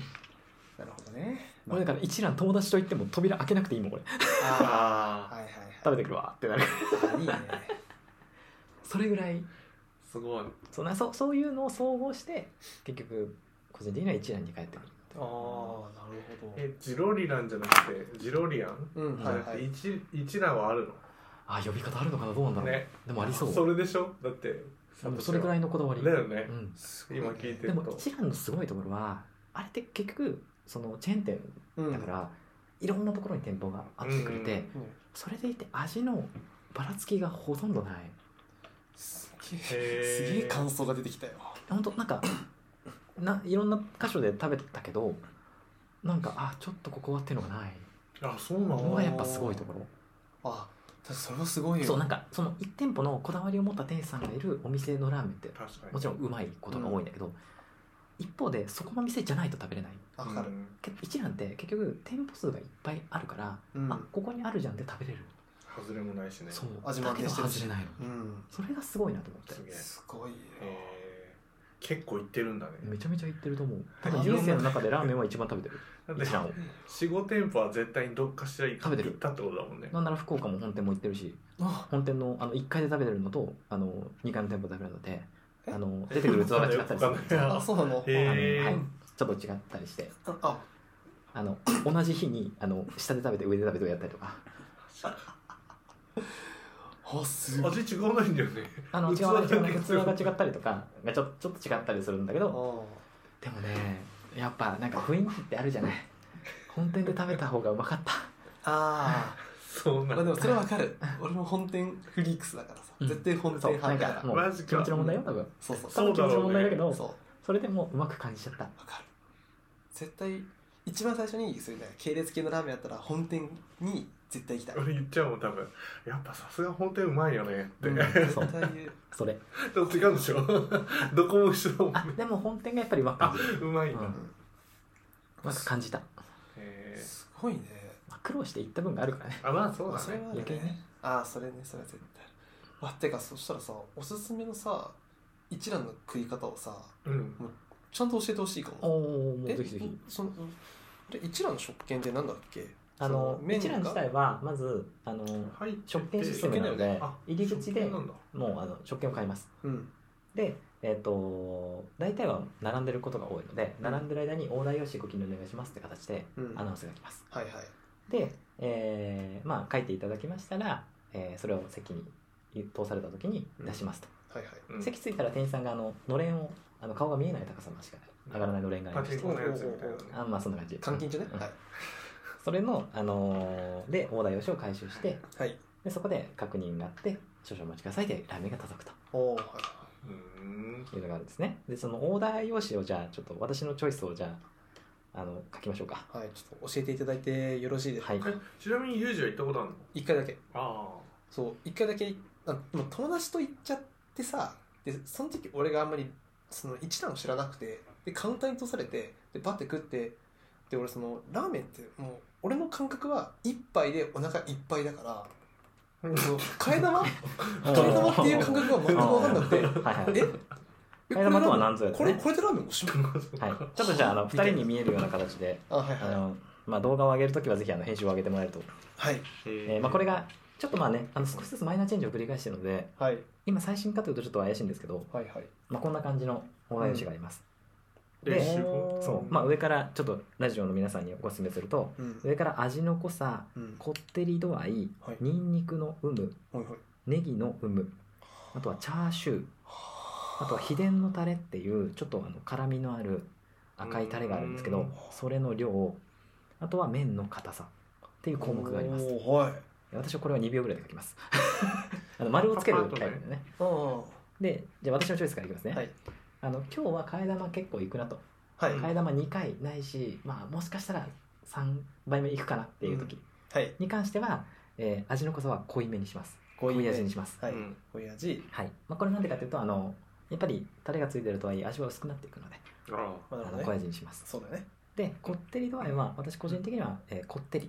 Speaker 4: なるほどね
Speaker 3: これだから一蘭友達と言っても扉開けなくていいもんこれ
Speaker 4: ああ
Speaker 2: ああ
Speaker 4: はいはい
Speaker 3: 食べてくるわってなる
Speaker 4: はいあいいね
Speaker 3: それぐらい
Speaker 2: すごい
Speaker 3: そんなそうそういうのを総合して結局個人的には一蘭に帰ってくる
Speaker 4: ああなるほど
Speaker 2: えジロリランじゃなくてジロリアン
Speaker 4: うん
Speaker 2: じゃ
Speaker 4: はい
Speaker 2: なく
Speaker 4: は
Speaker 2: て
Speaker 4: い
Speaker 2: 一一蘭はある
Speaker 3: あ呼び方あるのかなどうなんだ
Speaker 2: の
Speaker 3: ろう、
Speaker 2: ね
Speaker 3: でもありそう
Speaker 2: それでしょだって
Speaker 3: でもそれぐらいのこだわり
Speaker 2: だよね
Speaker 3: うん、
Speaker 2: 今聞いて
Speaker 3: で
Speaker 2: る
Speaker 3: も
Speaker 2: と
Speaker 3: 一蘭のすごいところはあれって結局そのチェーン店
Speaker 4: うん
Speaker 3: だから、いろんなところに店舗があってくれて、
Speaker 2: うん
Speaker 4: うん
Speaker 3: それでいて味のばらつきがほとんどない
Speaker 4: すげ
Speaker 2: へ
Speaker 4: え
Speaker 2: ー
Speaker 4: すげえ感想が出てきたよ
Speaker 3: 本当なんかないろんな箇所で食べたけどなんかあちょっとここはっていうのがない
Speaker 2: あそうな
Speaker 3: の
Speaker 2: の
Speaker 3: がやっぱすごいところ
Speaker 4: あ確かにそれはすごいよ
Speaker 3: そうなんかその1店舗のこだわりを持った店主さんがいるお店のラーメンって
Speaker 2: 確かに
Speaker 3: もちろんうまいことが多いんだけど、一方でそこの店じゃないと食べれない
Speaker 4: わかる
Speaker 2: うん
Speaker 3: けど一蘭って結局店舗数がいっぱいあるから、
Speaker 4: うん
Speaker 3: あここにあるじゃんって食べれる、
Speaker 2: 外れもないしね
Speaker 3: そう
Speaker 4: 味も
Speaker 3: だ
Speaker 4: 安
Speaker 3: け
Speaker 4: 定
Speaker 3: ど
Speaker 4: してるし
Speaker 3: 外れないの
Speaker 4: うん
Speaker 3: それがすごいなと思って
Speaker 2: すげえ
Speaker 4: すごいよ
Speaker 2: えー結構行ってるんだね
Speaker 3: めちゃめちゃ行ってると思う多
Speaker 4: あ
Speaker 3: 分人生の中でラーメンは一番食べてる
Speaker 2: だって
Speaker 3: 一蘭を
Speaker 2: 45店舗は絶対にどっかしら行
Speaker 3: 食べてる
Speaker 2: 行ったってことだもんね
Speaker 3: なんなら福岡も本店も行ってるし
Speaker 4: あ
Speaker 3: 本店のあの1階で食べてるのとあの2階の店舗で食べるので
Speaker 4: え
Speaker 3: あの出てくる器が違ったりする
Speaker 2: わかんない
Speaker 4: あそうなの
Speaker 3: あの
Speaker 2: へー
Speaker 3: はい、ちょっと違ったりして
Speaker 4: ああ
Speaker 3: あの同じ日にあの下で食べて上で食べてをやったりとか
Speaker 4: あすごい
Speaker 2: 味違わないんだよね
Speaker 3: (laughs) あの
Speaker 2: 器
Speaker 3: 違う
Speaker 2: だけ
Speaker 3: 違う器が違ったりとかがちょちょっと違ったりするんだけ
Speaker 4: あ
Speaker 3: どでもねやっぱなんか雰囲気ってあるじゃない本店で食べた方がうまか
Speaker 2: (laughs)
Speaker 3: った
Speaker 4: あ
Speaker 2: そう
Speaker 4: ー
Speaker 2: な
Speaker 4: まあ
Speaker 2: ん
Speaker 4: で
Speaker 2: だ
Speaker 4: もそれはわかる俺も本店フリークスだからさ
Speaker 3: うん
Speaker 4: 絶対本
Speaker 3: そ
Speaker 4: 店
Speaker 3: うな
Speaker 4: 派
Speaker 3: ん
Speaker 4: だ
Speaker 3: か
Speaker 4: から
Speaker 3: も
Speaker 2: マ
Speaker 3: う
Speaker 2: ジか
Speaker 3: 気持ちの問題よ多分
Speaker 4: そうそう
Speaker 2: そうだ
Speaker 3: 気持
Speaker 2: ろうね
Speaker 3: ちの問題だけど
Speaker 4: そう
Speaker 3: それでもううまく感じちゃった
Speaker 4: わかる絶対一番最初にそれ系列系のラーメンやったら本店に絶対行きたい、
Speaker 2: 俺言っちゃうもん多分やっぱさすが本店うまいよねって、
Speaker 4: うん
Speaker 2: で
Speaker 3: そう
Speaker 4: 絶対言う
Speaker 3: それ
Speaker 2: も違うでしょ (laughs) どこも一緒だもんね
Speaker 3: あでも本店がやっぱりうまく感じる
Speaker 2: うまいんだ、
Speaker 3: うんうまく感じた、
Speaker 2: へー
Speaker 4: すごいね
Speaker 3: まあ、苦労していった分があるからね
Speaker 2: あまあそう
Speaker 4: まあ
Speaker 2: だ
Speaker 4: それ
Speaker 2: ね
Speaker 4: は
Speaker 3: 余計
Speaker 4: ね
Speaker 3: ね
Speaker 4: ああそれねそれは絶対まあてかそしたらさおすすめのさ一蘭の食い方をさ
Speaker 2: うん
Speaker 4: ちゃんと教えてほしいか
Speaker 3: お
Speaker 4: も
Speaker 3: お (laughs) もう
Speaker 4: え
Speaker 3: ぜひぜひ
Speaker 4: そので一蘭の食券ってなんだっけ
Speaker 3: あの
Speaker 4: そ麺が
Speaker 3: 一蘭自体はまずあの
Speaker 2: はい
Speaker 3: 食券システムなので
Speaker 2: あ
Speaker 3: 入り口で
Speaker 2: 食券なんだ
Speaker 3: もうあの食券を買います
Speaker 4: うん
Speaker 3: でえっ、と大体は並んでることが多いので並んでる間にオーダー用紙ご記入お願いしますって形で
Speaker 4: うん
Speaker 3: アナウンスが来ます、
Speaker 4: はいはい
Speaker 3: で、えーまあ書いていただきましたら、えーそれを席に通された時に出しますと、
Speaker 4: はいはい
Speaker 2: うん
Speaker 3: 席着いたら店員さんがあののれんをあの顔が見えない高さましか上がらないのれんがあり
Speaker 2: パ
Speaker 3: ま
Speaker 2: チ
Speaker 3: し
Speaker 2: ン
Speaker 3: て
Speaker 2: コのやつみたいなね
Speaker 3: あまあそんな感じ
Speaker 4: 監禁中ね
Speaker 3: うん
Speaker 4: はい
Speaker 3: それの、あのーでオーダー用紙を回収して
Speaker 4: はい
Speaker 3: でそこで確認があって少々お待ちくださいでラーメンが届くと
Speaker 4: おおはいう
Speaker 2: ーん
Speaker 3: いうのがあるんですねでそのオーダー用紙をじゃあちょっと私のチョイスをじゃああの書きましょうか
Speaker 4: はいちょっと教えていただいてよろしいですか
Speaker 3: はい
Speaker 2: えちなみにユージは行ったことあるの
Speaker 4: 一回だけ
Speaker 2: あ (laughs)
Speaker 4: そう一回だけあでも友達と行っちゃってさでその時俺があんまりその一蘭を知らなくてでカウンターに通されてでバッて食ってで俺そのラーメンってもう俺の感覚は一杯でお腹いっぱいだから
Speaker 2: うん
Speaker 4: その替え玉替え玉っていう感覚が全く分かんなくて
Speaker 3: はいはい
Speaker 4: ええ
Speaker 3: 替え玉とは何ぞや
Speaker 4: こ
Speaker 3: と
Speaker 4: れ
Speaker 3: ね
Speaker 4: これでラーメンおしまい
Speaker 2: あ
Speaker 3: はい、ちょっとじゃああの
Speaker 4: み
Speaker 3: 2
Speaker 4: たいな
Speaker 3: 人に見えるような形で
Speaker 4: あはい
Speaker 3: あ
Speaker 4: はい
Speaker 3: の、まあ、動画を上げるときはぜひあの編集を上げてもらえると、
Speaker 4: はい
Speaker 3: えーまあ、これがちょっとまあねあの少しずつマイナーチェンジを繰り返してるので
Speaker 4: はい
Speaker 3: 今最新かというとちょっと怪しいんですけど、
Speaker 4: はいはい
Speaker 3: まあ、こんな感じのオーダー用紙があります、
Speaker 2: 練習
Speaker 4: おー
Speaker 3: そうまあ、上からちょっとラジオの皆さんにご説明すると
Speaker 4: うん
Speaker 3: 上から味の濃さ
Speaker 4: うん
Speaker 3: こってり度合い
Speaker 4: はい
Speaker 3: にんにくの有無
Speaker 4: はいはい
Speaker 3: ネギの有無あとはチャーシューあとは秘伝のタレっていうちょっとあの辛みのある赤いタレがあるんですけ
Speaker 2: う
Speaker 3: ど
Speaker 2: ん
Speaker 3: それの量あとは麺の硬さっていう項目があります
Speaker 4: おーはい
Speaker 3: 私はこれは2秒ぐらいで書きます (laughs) あの丸をつけるタイプでね
Speaker 4: あー
Speaker 3: でじゃあ私のチョイスからいきますね、
Speaker 4: はい
Speaker 3: あの今日は替え玉結構いくなと
Speaker 4: はい
Speaker 2: うん
Speaker 3: 替え玉2回ないし、まあ、もしかしたら3倍目いくかなっていう時
Speaker 4: はい
Speaker 3: に関しては、えー味の濃さは濃いめにします
Speaker 4: 濃
Speaker 3: 濃
Speaker 4: い
Speaker 3: い
Speaker 4: め
Speaker 3: 味にします
Speaker 4: はい
Speaker 2: うん
Speaker 4: こういう味
Speaker 3: はい、まあ、これなんでかというとあのやっぱりタレがついてるとはいえ味は薄くなっていくので、
Speaker 2: ああ
Speaker 4: まあな
Speaker 3: あ
Speaker 4: るほ
Speaker 3: の
Speaker 4: ど
Speaker 3: 小
Speaker 4: ね
Speaker 3: 味にします
Speaker 4: そうだね
Speaker 3: でこってり度合いは私個人的には、えーこってり、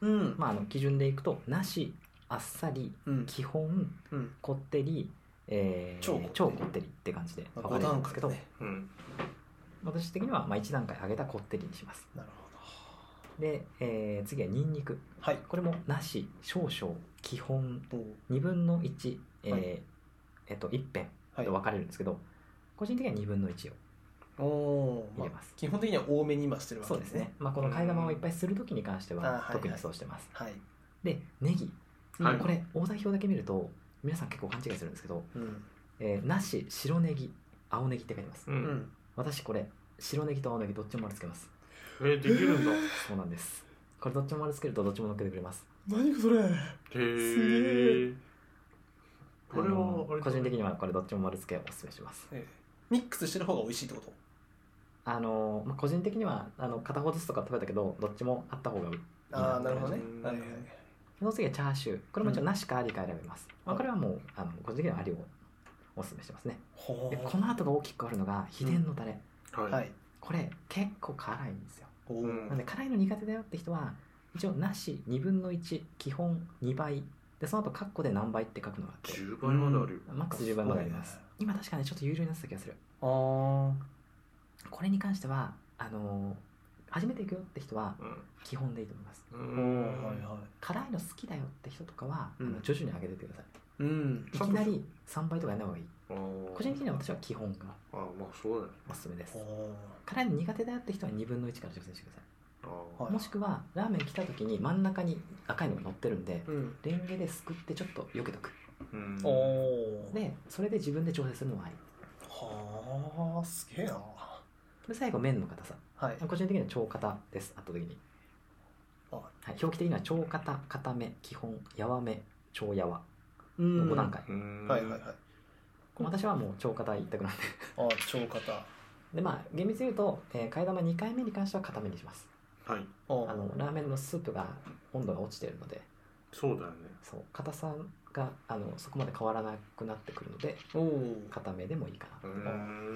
Speaker 4: うん
Speaker 3: まあ、あの基準でいくとなしあっさり
Speaker 4: うん
Speaker 3: 基本
Speaker 4: うん
Speaker 3: こってり、えー
Speaker 4: 超こってり
Speaker 3: 超こってりって感じで分
Speaker 4: まあ
Speaker 3: かれ
Speaker 4: 5
Speaker 3: るん
Speaker 4: 段
Speaker 3: ですけ
Speaker 4: 階
Speaker 3: ど、
Speaker 4: ね
Speaker 2: うん
Speaker 3: 私的にはまあ1段階上げたこってりにします
Speaker 4: なるほど
Speaker 3: で、えー次はニンニク
Speaker 4: はい
Speaker 3: これもなし少々基本
Speaker 4: お
Speaker 3: 2分の1、えー
Speaker 4: はい
Speaker 3: えっと一辺
Speaker 4: はい
Speaker 3: と分かれるんですけど、個人的には2分の1を
Speaker 4: お
Speaker 3: 入
Speaker 4: ー、ま
Speaker 3: れ
Speaker 4: あ
Speaker 3: ます、
Speaker 4: 基本的には多めに今してるわけ
Speaker 3: そう
Speaker 4: で
Speaker 3: ですす
Speaker 4: ね
Speaker 3: ね、まあ、この替え玉をいっぱいする時に関して
Speaker 4: うんあーはい
Speaker 3: は
Speaker 4: はい
Speaker 3: 特にそうしてます、
Speaker 4: はい、
Speaker 3: でネギ
Speaker 2: はい
Speaker 3: これ大台表だけ見ると皆さん結構勘違いするんですけど、
Speaker 4: うん
Speaker 3: えーなし白ネギ青ネギって書いてます、
Speaker 2: う
Speaker 4: うんん、
Speaker 3: 私これ白ネギと青ネギどっちも丸つけます
Speaker 2: えーできるんだへ
Speaker 3: そうなんですこれどっちも丸つけるとどっちも乗っけてくれます
Speaker 4: (laughs) 何それす
Speaker 2: えこれ
Speaker 3: あ
Speaker 2: は
Speaker 3: の
Speaker 2: あれ
Speaker 3: 個人的
Speaker 2: に
Speaker 3: にはこれどっちも丸つけをおすすめします
Speaker 4: ミックスしてる方が美味しいってこと
Speaker 3: あの、まあ、個人的にはあの片方ずつとか食べたけどどっちもあった方がいい
Speaker 4: ああなるほどね
Speaker 2: うん
Speaker 4: はいはい
Speaker 3: その次はチャーシューこれも一
Speaker 4: う
Speaker 3: 応
Speaker 4: ん
Speaker 3: なしかありか選べます、まあ、これはもうあの個人的にはありをおすすめしてますね
Speaker 4: ほ
Speaker 3: でこの後が大きくあるのが秘伝のタレ、
Speaker 4: う
Speaker 2: は
Speaker 4: はいい
Speaker 3: これ結構辛いんですよ
Speaker 4: おお
Speaker 2: うん
Speaker 3: なんで辛いの苦手だよって人は一応なし2分の1基本2倍でその後カッコで何倍って書くのがあって
Speaker 2: 10倍まであるよ
Speaker 3: マックス10倍まであります
Speaker 4: すごいね
Speaker 3: 今確かねちょっと有料になってた気がする
Speaker 4: あー
Speaker 3: これに関してはあのー初めて行くよって人は基本でいいと思います
Speaker 2: うん
Speaker 4: お
Speaker 2: う
Speaker 4: ー
Speaker 2: ん
Speaker 4: はいは
Speaker 3: 辛いの好きだよって人とかは、
Speaker 4: うん
Speaker 3: あの徐々に上げてってくださ
Speaker 4: いうん
Speaker 3: いいきなり3倍とかやんない方がいい
Speaker 2: あー
Speaker 3: 個人的には私は基本が
Speaker 2: あーまあそうだよ
Speaker 3: おすすめです
Speaker 4: おお
Speaker 3: 辛いの苦手だよって人は2分の1から挑戦してください
Speaker 2: あ
Speaker 4: は
Speaker 2: ー
Speaker 4: い
Speaker 3: もしくはラーメン来た時に真ん中に赤いのが乗ってるんで
Speaker 4: うん
Speaker 3: レンゲですくってちょっと避けとく
Speaker 2: うん
Speaker 4: おお
Speaker 3: でそれで自分で調整するのもあり
Speaker 4: はあすげえな
Speaker 3: で最後麺の硬さ
Speaker 4: はい
Speaker 3: 個人的には超硬です圧倒的に、
Speaker 4: はい
Speaker 3: はい、表記的には超硬硬め基本やわめ超やわ
Speaker 4: う
Speaker 3: の
Speaker 4: ん
Speaker 3: 5段階、
Speaker 2: うん
Speaker 4: はいはいはい
Speaker 3: これ私はもう超硬い一択なんで
Speaker 4: あー超硬あ
Speaker 3: でまあ厳密に言うと、えー替え玉2回目に関しては硬めにします
Speaker 2: はい
Speaker 3: あのラーメンのスープが温度が落ちてるので
Speaker 2: そうだよね
Speaker 3: そう硬さがあのそこまで変わらなくなってくるので
Speaker 4: おお
Speaker 3: 硬めでもいいかな、
Speaker 2: う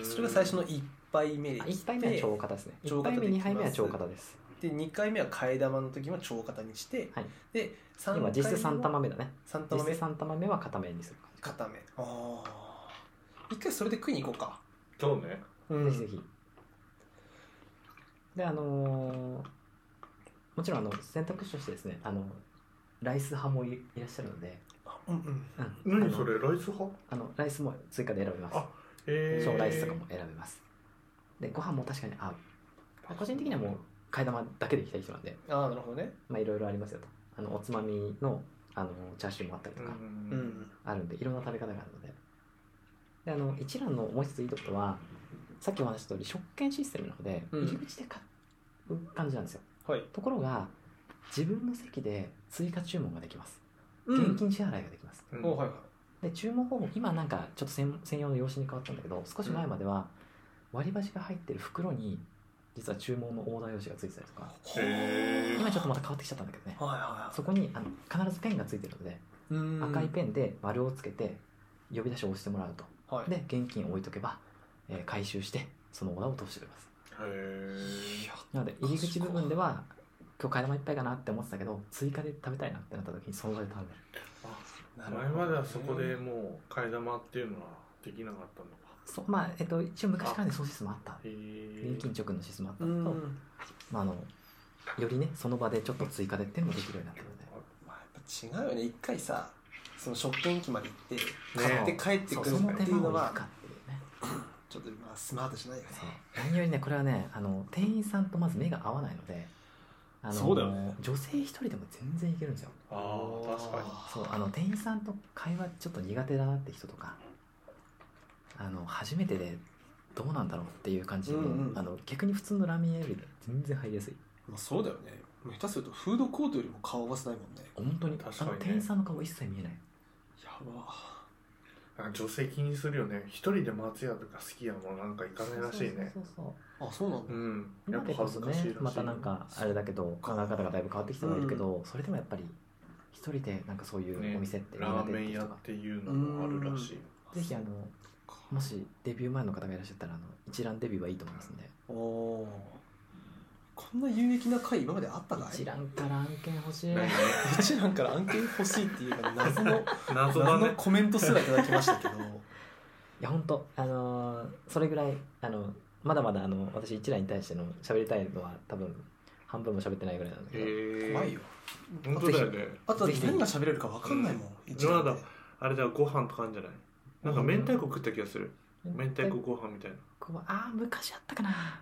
Speaker 2: ん
Speaker 4: それが最初の一杯目で
Speaker 3: あ1杯目は超硬ですね
Speaker 4: 超
Speaker 3: 1
Speaker 4: 硬
Speaker 3: 杯
Speaker 4: で
Speaker 3: 目
Speaker 4: いきます
Speaker 3: 2杯目は超硬です
Speaker 4: で2回目は替え玉の時も超型にして、
Speaker 3: はい
Speaker 4: で3
Speaker 3: 今実質3玉目だね
Speaker 4: 3
Speaker 3: 実
Speaker 4: 玉
Speaker 3: 質
Speaker 4: 目
Speaker 3: 3玉目は硬めにする感じ
Speaker 4: 固めああ一回それで食いに行こうか
Speaker 2: そうね
Speaker 4: う
Speaker 3: ぜひぜひ。で、あのーもちろんあの選択肢としてですね、あのライス派もいいらっしゃるので、
Speaker 4: うんうん
Speaker 3: うんあ
Speaker 2: 何
Speaker 3: の
Speaker 2: それライス派
Speaker 3: あのライスも追加で選べます
Speaker 2: あ。えー
Speaker 3: 小ライスとかも選べます。で、ご飯も確かに合う。個人的にはもう替え玉だけでいきたい人なんで、
Speaker 4: ああなるほどね
Speaker 3: まあいろいろありますよと。あのおつまみのあのチャーシューもあったり
Speaker 2: う
Speaker 3: とか、
Speaker 2: ん
Speaker 4: う、ん
Speaker 3: あるんでいろんな食べ方があるのでであの一蘭のもう一ついいところはさっきお話した通り食券システムなので
Speaker 4: うん
Speaker 3: 入り口で買う感じなんですよ、
Speaker 4: はい
Speaker 3: ところが自分の席で追加注文ができます
Speaker 4: う
Speaker 3: 現金支払いができます、
Speaker 2: うん
Speaker 4: おはいはい
Speaker 3: で注文方法今なんかちょっと専専用の用紙に変わったんだけど少し前までは割り箸が入ってる袋に実は注文のオーダー用紙がついてたりとか
Speaker 2: へー
Speaker 3: 今ちょっとまた変わってきちゃったんだけどね
Speaker 4: はいはい
Speaker 3: そこにあの必ずペンがついてるので
Speaker 4: はい
Speaker 3: 赤いペンで丸をつけて呼び出しを押してもらうと
Speaker 4: ンはい
Speaker 3: で現金を置いとけば、えー回収してそのオーダーを通してくれます
Speaker 2: へ
Speaker 4: い
Speaker 2: ー
Speaker 4: や
Speaker 3: なので入り口部分では今日替え玉いっぱいかなって思ってたけど追加で食べたいなってなった時にその場で食べる
Speaker 4: なるほど
Speaker 2: 前
Speaker 4: ね
Speaker 2: まではそこでもう替え玉っていうのはできなかったのか
Speaker 3: そうまあえっと一応昔からねそういうシステムあった
Speaker 2: へー
Speaker 3: 現金直のシステムあった
Speaker 4: う
Speaker 3: の
Speaker 4: ん
Speaker 3: と、
Speaker 4: ま
Speaker 3: まあ、あのよりねその場でちょっと追加でっていうのもできるようになったので
Speaker 4: あやっぱ違うよね一回さその食券機まで行って買って帰って
Speaker 3: そ
Speaker 4: く
Speaker 3: う
Speaker 4: る
Speaker 3: その
Speaker 4: って
Speaker 3: 手
Speaker 4: いう
Speaker 3: 間
Speaker 4: の
Speaker 3: をい
Speaker 4: は
Speaker 3: くかっていうね
Speaker 4: ちょっとまあスマートしないよね
Speaker 3: そう何よりねこれはねあの店員さんとまず目が合わないのであの
Speaker 4: そうだよね
Speaker 3: 女性一人でも全然いけるんですよ
Speaker 2: ああ確かに
Speaker 3: そうあの店員さんと会話ちょっと苦手だなって人とかあの初めてでどうなんだろうっていう感じで、
Speaker 4: うんうん
Speaker 3: あの逆に普通のラーメン屋より全然入りやすい
Speaker 4: まあ、そうだよね下手するとフードコートよりも顔合わせないもんね
Speaker 3: 本当に
Speaker 2: 確
Speaker 3: あ
Speaker 2: かに
Speaker 3: の
Speaker 2: ね
Speaker 3: 店員さんの顔一切見えない
Speaker 4: やば
Speaker 2: あ女性気にするよね一人で松屋とか好きやもんなんか行かないらしいね
Speaker 3: そうそうそうそう
Speaker 4: あそうなんだ、
Speaker 2: うん
Speaker 3: 今
Speaker 2: やっぱ
Speaker 3: でこ
Speaker 2: 恥ず
Speaker 3: そ
Speaker 2: かしいらしい
Speaker 3: ねまたなんかあれだけど考え方がだいぶ変わってきてはいるけど、それでもやっぱり一人でなんかそういう
Speaker 2: ね
Speaker 3: お店って苦
Speaker 2: ラ
Speaker 3: 手
Speaker 2: ー
Speaker 3: っ
Speaker 2: メ
Speaker 3: て
Speaker 2: ン
Speaker 3: 人
Speaker 2: 屋
Speaker 3: が、
Speaker 2: っていうのもあるらしい
Speaker 3: ぜひあのもしデビュー前の方がいらっしゃったらあの一覧デビューはいいと思いますんで
Speaker 4: おおこんな有益な回今まであったかい
Speaker 3: 一覧から案件欲しい
Speaker 2: なんかね
Speaker 4: 一覧から案件欲しいっていうか謎の
Speaker 2: 謎
Speaker 4: 謎の
Speaker 2: だね
Speaker 4: コメントすらいただきましたけど
Speaker 3: いや本当あのーそれぐらいあのまだまだあの私一覧に対しての喋りたいのは多分半分も喋ってないぐらいなんだけど、
Speaker 2: え
Speaker 4: 怖いよ
Speaker 2: 本当だよね
Speaker 4: あとは
Speaker 3: ぜひ
Speaker 4: 何が喋れるか分かんないもん
Speaker 2: うん
Speaker 4: 一覧で
Speaker 2: まだあれだご飯とかあるんじゃないなんか明太子食った気がする明太子ご飯みたいな
Speaker 3: こうああ昔あったかな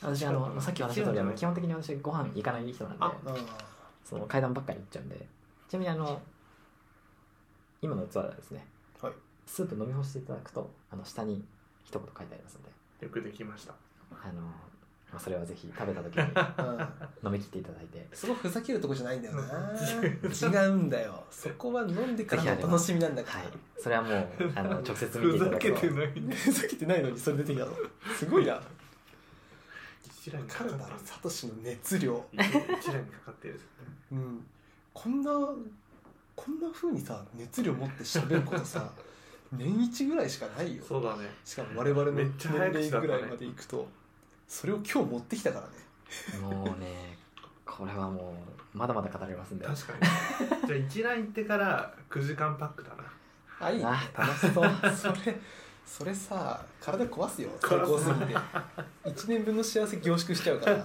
Speaker 3: 私あ
Speaker 2: そうだ
Speaker 3: の
Speaker 2: な
Speaker 3: さっき話した通りあの
Speaker 2: 一
Speaker 3: 基本的に私ご飯行かない人なんで
Speaker 2: あ
Speaker 4: あ
Speaker 3: その階段ばっかり行っちゃうんでちなみにあの今の器はですね、
Speaker 4: はい
Speaker 3: スープ飲み干していただくとあの下に一言書いてありますので
Speaker 2: よくできました
Speaker 3: あの、まあ、それはぜひ食べた
Speaker 2: (laughs)
Speaker 3: 時に
Speaker 4: ー
Speaker 3: 飲み切っていただいて
Speaker 4: すごいふざけるとこじゃないんだよな
Speaker 2: 違
Speaker 4: 違うんだよそこは飲んでからのお楽しみなんだか
Speaker 3: はい
Speaker 4: ら
Speaker 3: それはもうあの直接見て
Speaker 2: ふ
Speaker 3: いた
Speaker 2: ざ
Speaker 3: だ
Speaker 2: け
Speaker 3: くと
Speaker 2: てないね
Speaker 4: ふざけてないのにそれ出てきたのすごいな
Speaker 2: 一覧に
Speaker 4: カ
Speaker 2: かかっ
Speaker 4: ナ
Speaker 2: て
Speaker 4: ダのサトシの熱量
Speaker 2: る一覧にかかってる
Speaker 4: うんこんなこんな風にさ熱量持って喋ること
Speaker 2: (laughs)
Speaker 4: さ年一ぐらいしかないよ
Speaker 2: そうだね
Speaker 4: しかも我々の
Speaker 2: めっ
Speaker 4: 年
Speaker 2: ちゃ早
Speaker 4: 齢
Speaker 2: 口だったね
Speaker 4: ぐらいまでいくとそれを今日持ってきたからね
Speaker 3: もうねこれはもうまだまだ語れますんで
Speaker 2: 確かにじゃあ一覧行ってから9時間パックだな
Speaker 4: あいいね
Speaker 3: あ
Speaker 4: 楽し (laughs) そうそれそれさ体 (laughs) 壊すよ成
Speaker 2: 壊す
Speaker 4: 功すぎて1年分の幸せ凝縮しちゃうから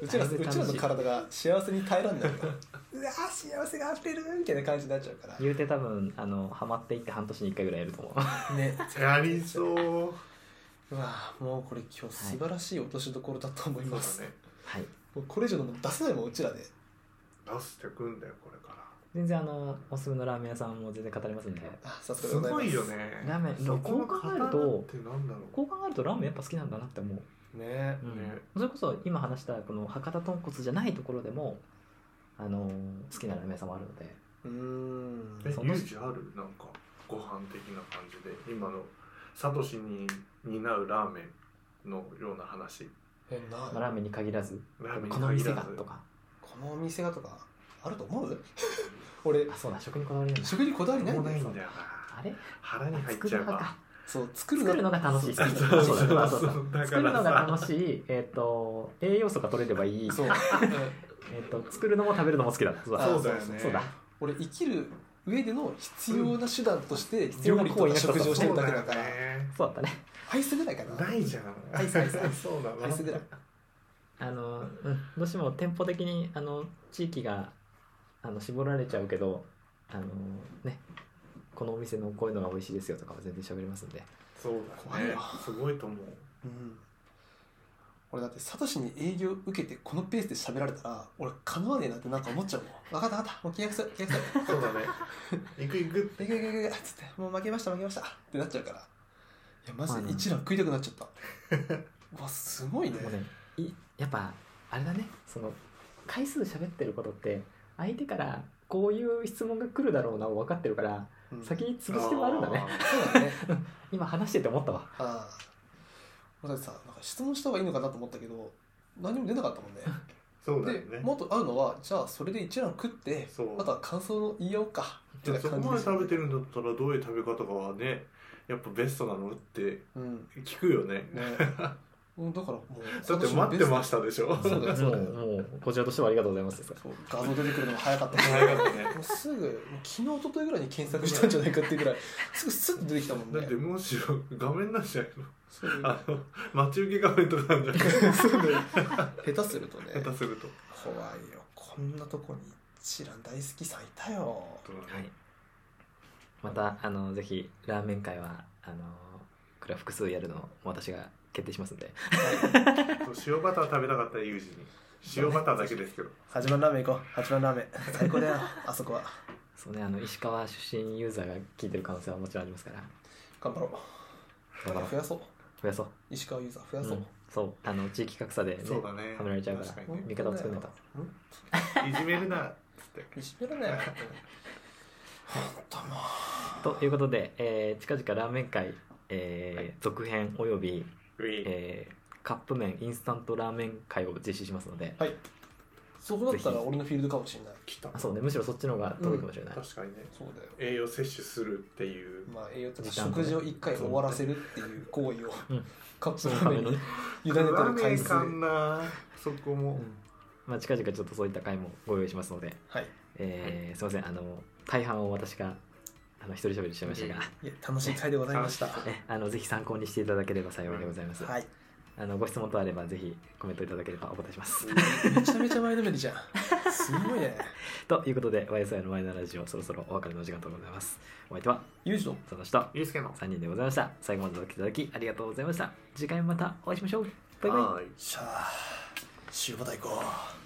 Speaker 4: うちら
Speaker 3: だいぶ
Speaker 4: う
Speaker 3: 楽し
Speaker 4: ち
Speaker 3: い
Speaker 4: らの体が幸せに耐えらんないから (laughs) うわー幸せが溢れるみたいな感じになっちゃうから
Speaker 3: 言うて多分あのハマっていって半年に1回ぐらいやると思う
Speaker 4: ね
Speaker 2: やりそう
Speaker 4: うわーもうこれ今日素晴らしい落としどころだと思い
Speaker 2: そう
Speaker 4: ます、
Speaker 2: だね
Speaker 3: はい
Speaker 4: もうこれ以上のもの出せないもんうちらで
Speaker 2: 出してくんだよこれから
Speaker 3: 全然あのおすすめのラーメン屋さんも全然語れますんです
Speaker 4: さす
Speaker 2: す
Speaker 4: がでご
Speaker 2: ご
Speaker 4: ざい
Speaker 2: い
Speaker 4: ま
Speaker 2: よ
Speaker 4: す
Speaker 2: ね
Speaker 3: ラーメン
Speaker 2: そこの
Speaker 3: こう考えると
Speaker 2: 刀ってなんだろ
Speaker 3: こう考えるとラーメンやっぱ好きなんだなって思う、
Speaker 2: うね
Speaker 3: うん
Speaker 2: ね
Speaker 3: それこそ今話したこの博多豚骨じゃないところでもあの好きなラーメン屋さんもあるので
Speaker 4: うーん
Speaker 2: え
Speaker 3: そん
Speaker 2: ユ
Speaker 3: な
Speaker 2: ージあるなんかご飯的な感じで今のサトシに担うラーメンのような話
Speaker 4: え
Speaker 3: まあ
Speaker 4: な
Speaker 3: ラーメンに限らず
Speaker 2: ラーメンに
Speaker 3: この店
Speaker 2: 限
Speaker 3: が
Speaker 2: らず
Speaker 3: とか
Speaker 4: このお店がとかあると思う (laughs) 俺
Speaker 3: あそうだ食にこだわりなんだ
Speaker 4: 食にこだわりない
Speaker 2: も
Speaker 4: ん
Speaker 2: うな
Speaker 4: だ
Speaker 2: い
Speaker 4: よ
Speaker 2: んだよ
Speaker 3: あ
Speaker 2: な
Speaker 3: れ
Speaker 2: 腹に入っ
Speaker 3: 作
Speaker 2: ちゃ
Speaker 3: る
Speaker 2: え
Speaker 3: の
Speaker 2: ば
Speaker 3: か
Speaker 4: そう作る
Speaker 3: 作るのが楽
Speaker 2: (laughs)
Speaker 3: しいそうだそうだそうだ
Speaker 2: だ
Speaker 3: 作るのが
Speaker 2: さ
Speaker 3: 楽しい、えっと栄養素が取れればいい、
Speaker 4: (laughs) そう
Speaker 3: えっと作るのも食べるのも好きだそうだ
Speaker 4: あ
Speaker 2: そうだよね
Speaker 3: そうだ
Speaker 4: 俺生きる上での必要な手段として必要な行為な食事をして
Speaker 2: そう
Speaker 4: るだ
Speaker 2: だ
Speaker 4: け
Speaker 2: よ
Speaker 4: だから
Speaker 2: ね
Speaker 3: そうだったね
Speaker 4: アイスぐらいかな
Speaker 2: ないじゃ (laughs) ん
Speaker 4: アイスアイスアイス
Speaker 2: そうだな
Speaker 4: アイスぐらい
Speaker 3: あの、うん、どうしても店舗的にあの地域があの絞られちゃうけどあのねこのお店のこういうのが美味しいですよとかは全然喋れますんで
Speaker 2: そうだ
Speaker 4: 怖い
Speaker 2: ね
Speaker 4: わ
Speaker 2: すごいと思う
Speaker 4: うん俺だってサトシに営業受けてこのペースで喋られたら俺かなわねえなってなんか思っちゃうもん分かった分かったもう契約する契約する
Speaker 2: そうだね行く行く
Speaker 4: いくいくいくいくつってもう負けました負けましたってなっちゃうからいやマジ
Speaker 3: まあ
Speaker 4: で
Speaker 3: ね
Speaker 4: 一覧食いたくなっちゃったうわすごいね
Speaker 3: もうねいやっぱあれだねその回数喋ってることって相手からこういう質問が来るだろうなを分かってるから
Speaker 4: うん
Speaker 3: 先に潰してもあるんだね
Speaker 2: あ
Speaker 4: そうだね
Speaker 3: 今話してて思ったわ
Speaker 4: ああ俺だってさなんか質問した方がいいのかなと思ったけど何も出なかったもんね
Speaker 2: ーそうだよ
Speaker 4: で
Speaker 2: ね
Speaker 4: もっと合うのはじゃあそれで一覧食って
Speaker 2: そう
Speaker 4: あとは感想を言い合おうか
Speaker 2: じゃあそこまで食べて
Speaker 4: る
Speaker 2: るんだったらどういう食べ方がはねやっぱベストなのって
Speaker 4: うん
Speaker 2: 聞くよね
Speaker 4: ね
Speaker 2: (laughs)
Speaker 4: うんだからもう
Speaker 2: だって待ってましたたでしょ
Speaker 4: そうだよそうだよ
Speaker 3: (laughs) もうもうこちらとしてはありがとうございますですか
Speaker 4: そう画像出てくるのも早かったし
Speaker 2: 早かったね
Speaker 4: もうすぐもう昨日一昨日ぐらいに検索したんじゃないかっていうぐらいすぐスッと出てきたもん
Speaker 2: (laughs) だ
Speaker 4: ね
Speaker 2: ってむしろ画面なんじゃない
Speaker 4: そう
Speaker 2: のあの待ち受け画面とかなんじゃない
Speaker 4: そうだよ下手するとね
Speaker 2: の下手すると
Speaker 4: 怖いよこんなとこに一覧大好きさんいたよ
Speaker 3: はい、またあのぜひラーメン会はあのこれは複数やるのを私が決定しますんで
Speaker 2: (laughs) そう塩バター食べたかったらユージに塩バターだけですけど
Speaker 4: 八番ラーメン行こう八番ラーメン最高だよあそこは
Speaker 3: そうねあの石川出身ユーザーが聞いてる可能性はもちろんありますから
Speaker 4: 頑張ろう
Speaker 3: 頑張ろ
Speaker 4: だから
Speaker 3: う
Speaker 4: 増やそう
Speaker 3: 増やそう
Speaker 4: 石川ユーザー増
Speaker 3: う
Speaker 4: や
Speaker 3: ん
Speaker 4: そう、
Speaker 3: そうあの地域格差でね
Speaker 2: そうだね
Speaker 3: はめられちゃうから
Speaker 2: 確かに
Speaker 4: 本
Speaker 2: ね
Speaker 3: 味
Speaker 4: 当
Speaker 3: 方
Speaker 4: だよ
Speaker 3: を作んないと
Speaker 2: いじめるなっつって
Speaker 4: いじめるなよ本当にほんとも
Speaker 3: ということで、えー近々ラーメン会、えー続編および、
Speaker 2: ウィー
Speaker 3: えーカップ麺インスタントラーメン会を実施しますので
Speaker 4: うはいそこだっ
Speaker 3: ぜ
Speaker 4: たら
Speaker 3: ひ
Speaker 4: 俺のフィールドかもしれない
Speaker 2: きた
Speaker 3: あそうねむしろそっちの方が遠いかもしれない、
Speaker 2: 確かにね
Speaker 4: そうだよ
Speaker 2: 栄養摂取するっていう
Speaker 4: まあ栄養とか
Speaker 3: 時間と
Speaker 4: 食
Speaker 3: ね
Speaker 4: 事を一回終わらせるっていう行為を
Speaker 3: うん
Speaker 4: カップラーメンに委ねてる回数
Speaker 2: 食わねえかんなそこも、
Speaker 3: うんまあ、近々ちょっとそういった回もご用意しますので、
Speaker 4: はい
Speaker 3: えーすいませんあの大半を私があの一人喋りしちゃいましたが、
Speaker 4: いや楽しい回でございましたは
Speaker 3: えあのぜひ参考にしていただければ幸いでございます、
Speaker 4: い
Speaker 3: あのご質問とあればぜひコメントいただければお答えします、
Speaker 4: めちゃめちゃ前のめりじゃんすごいね
Speaker 3: ということで YSI のマイナーラジオそろそろお別れのお時間とございますお相手は
Speaker 4: ユージの
Speaker 3: 佐野氏と
Speaker 2: ゆうすけの
Speaker 3: 3人でございました最後までお聞きいただきありがとうございました次回もまたお会いしましょうバイバイ
Speaker 2: イ
Speaker 4: しゃあ塩バタ行こう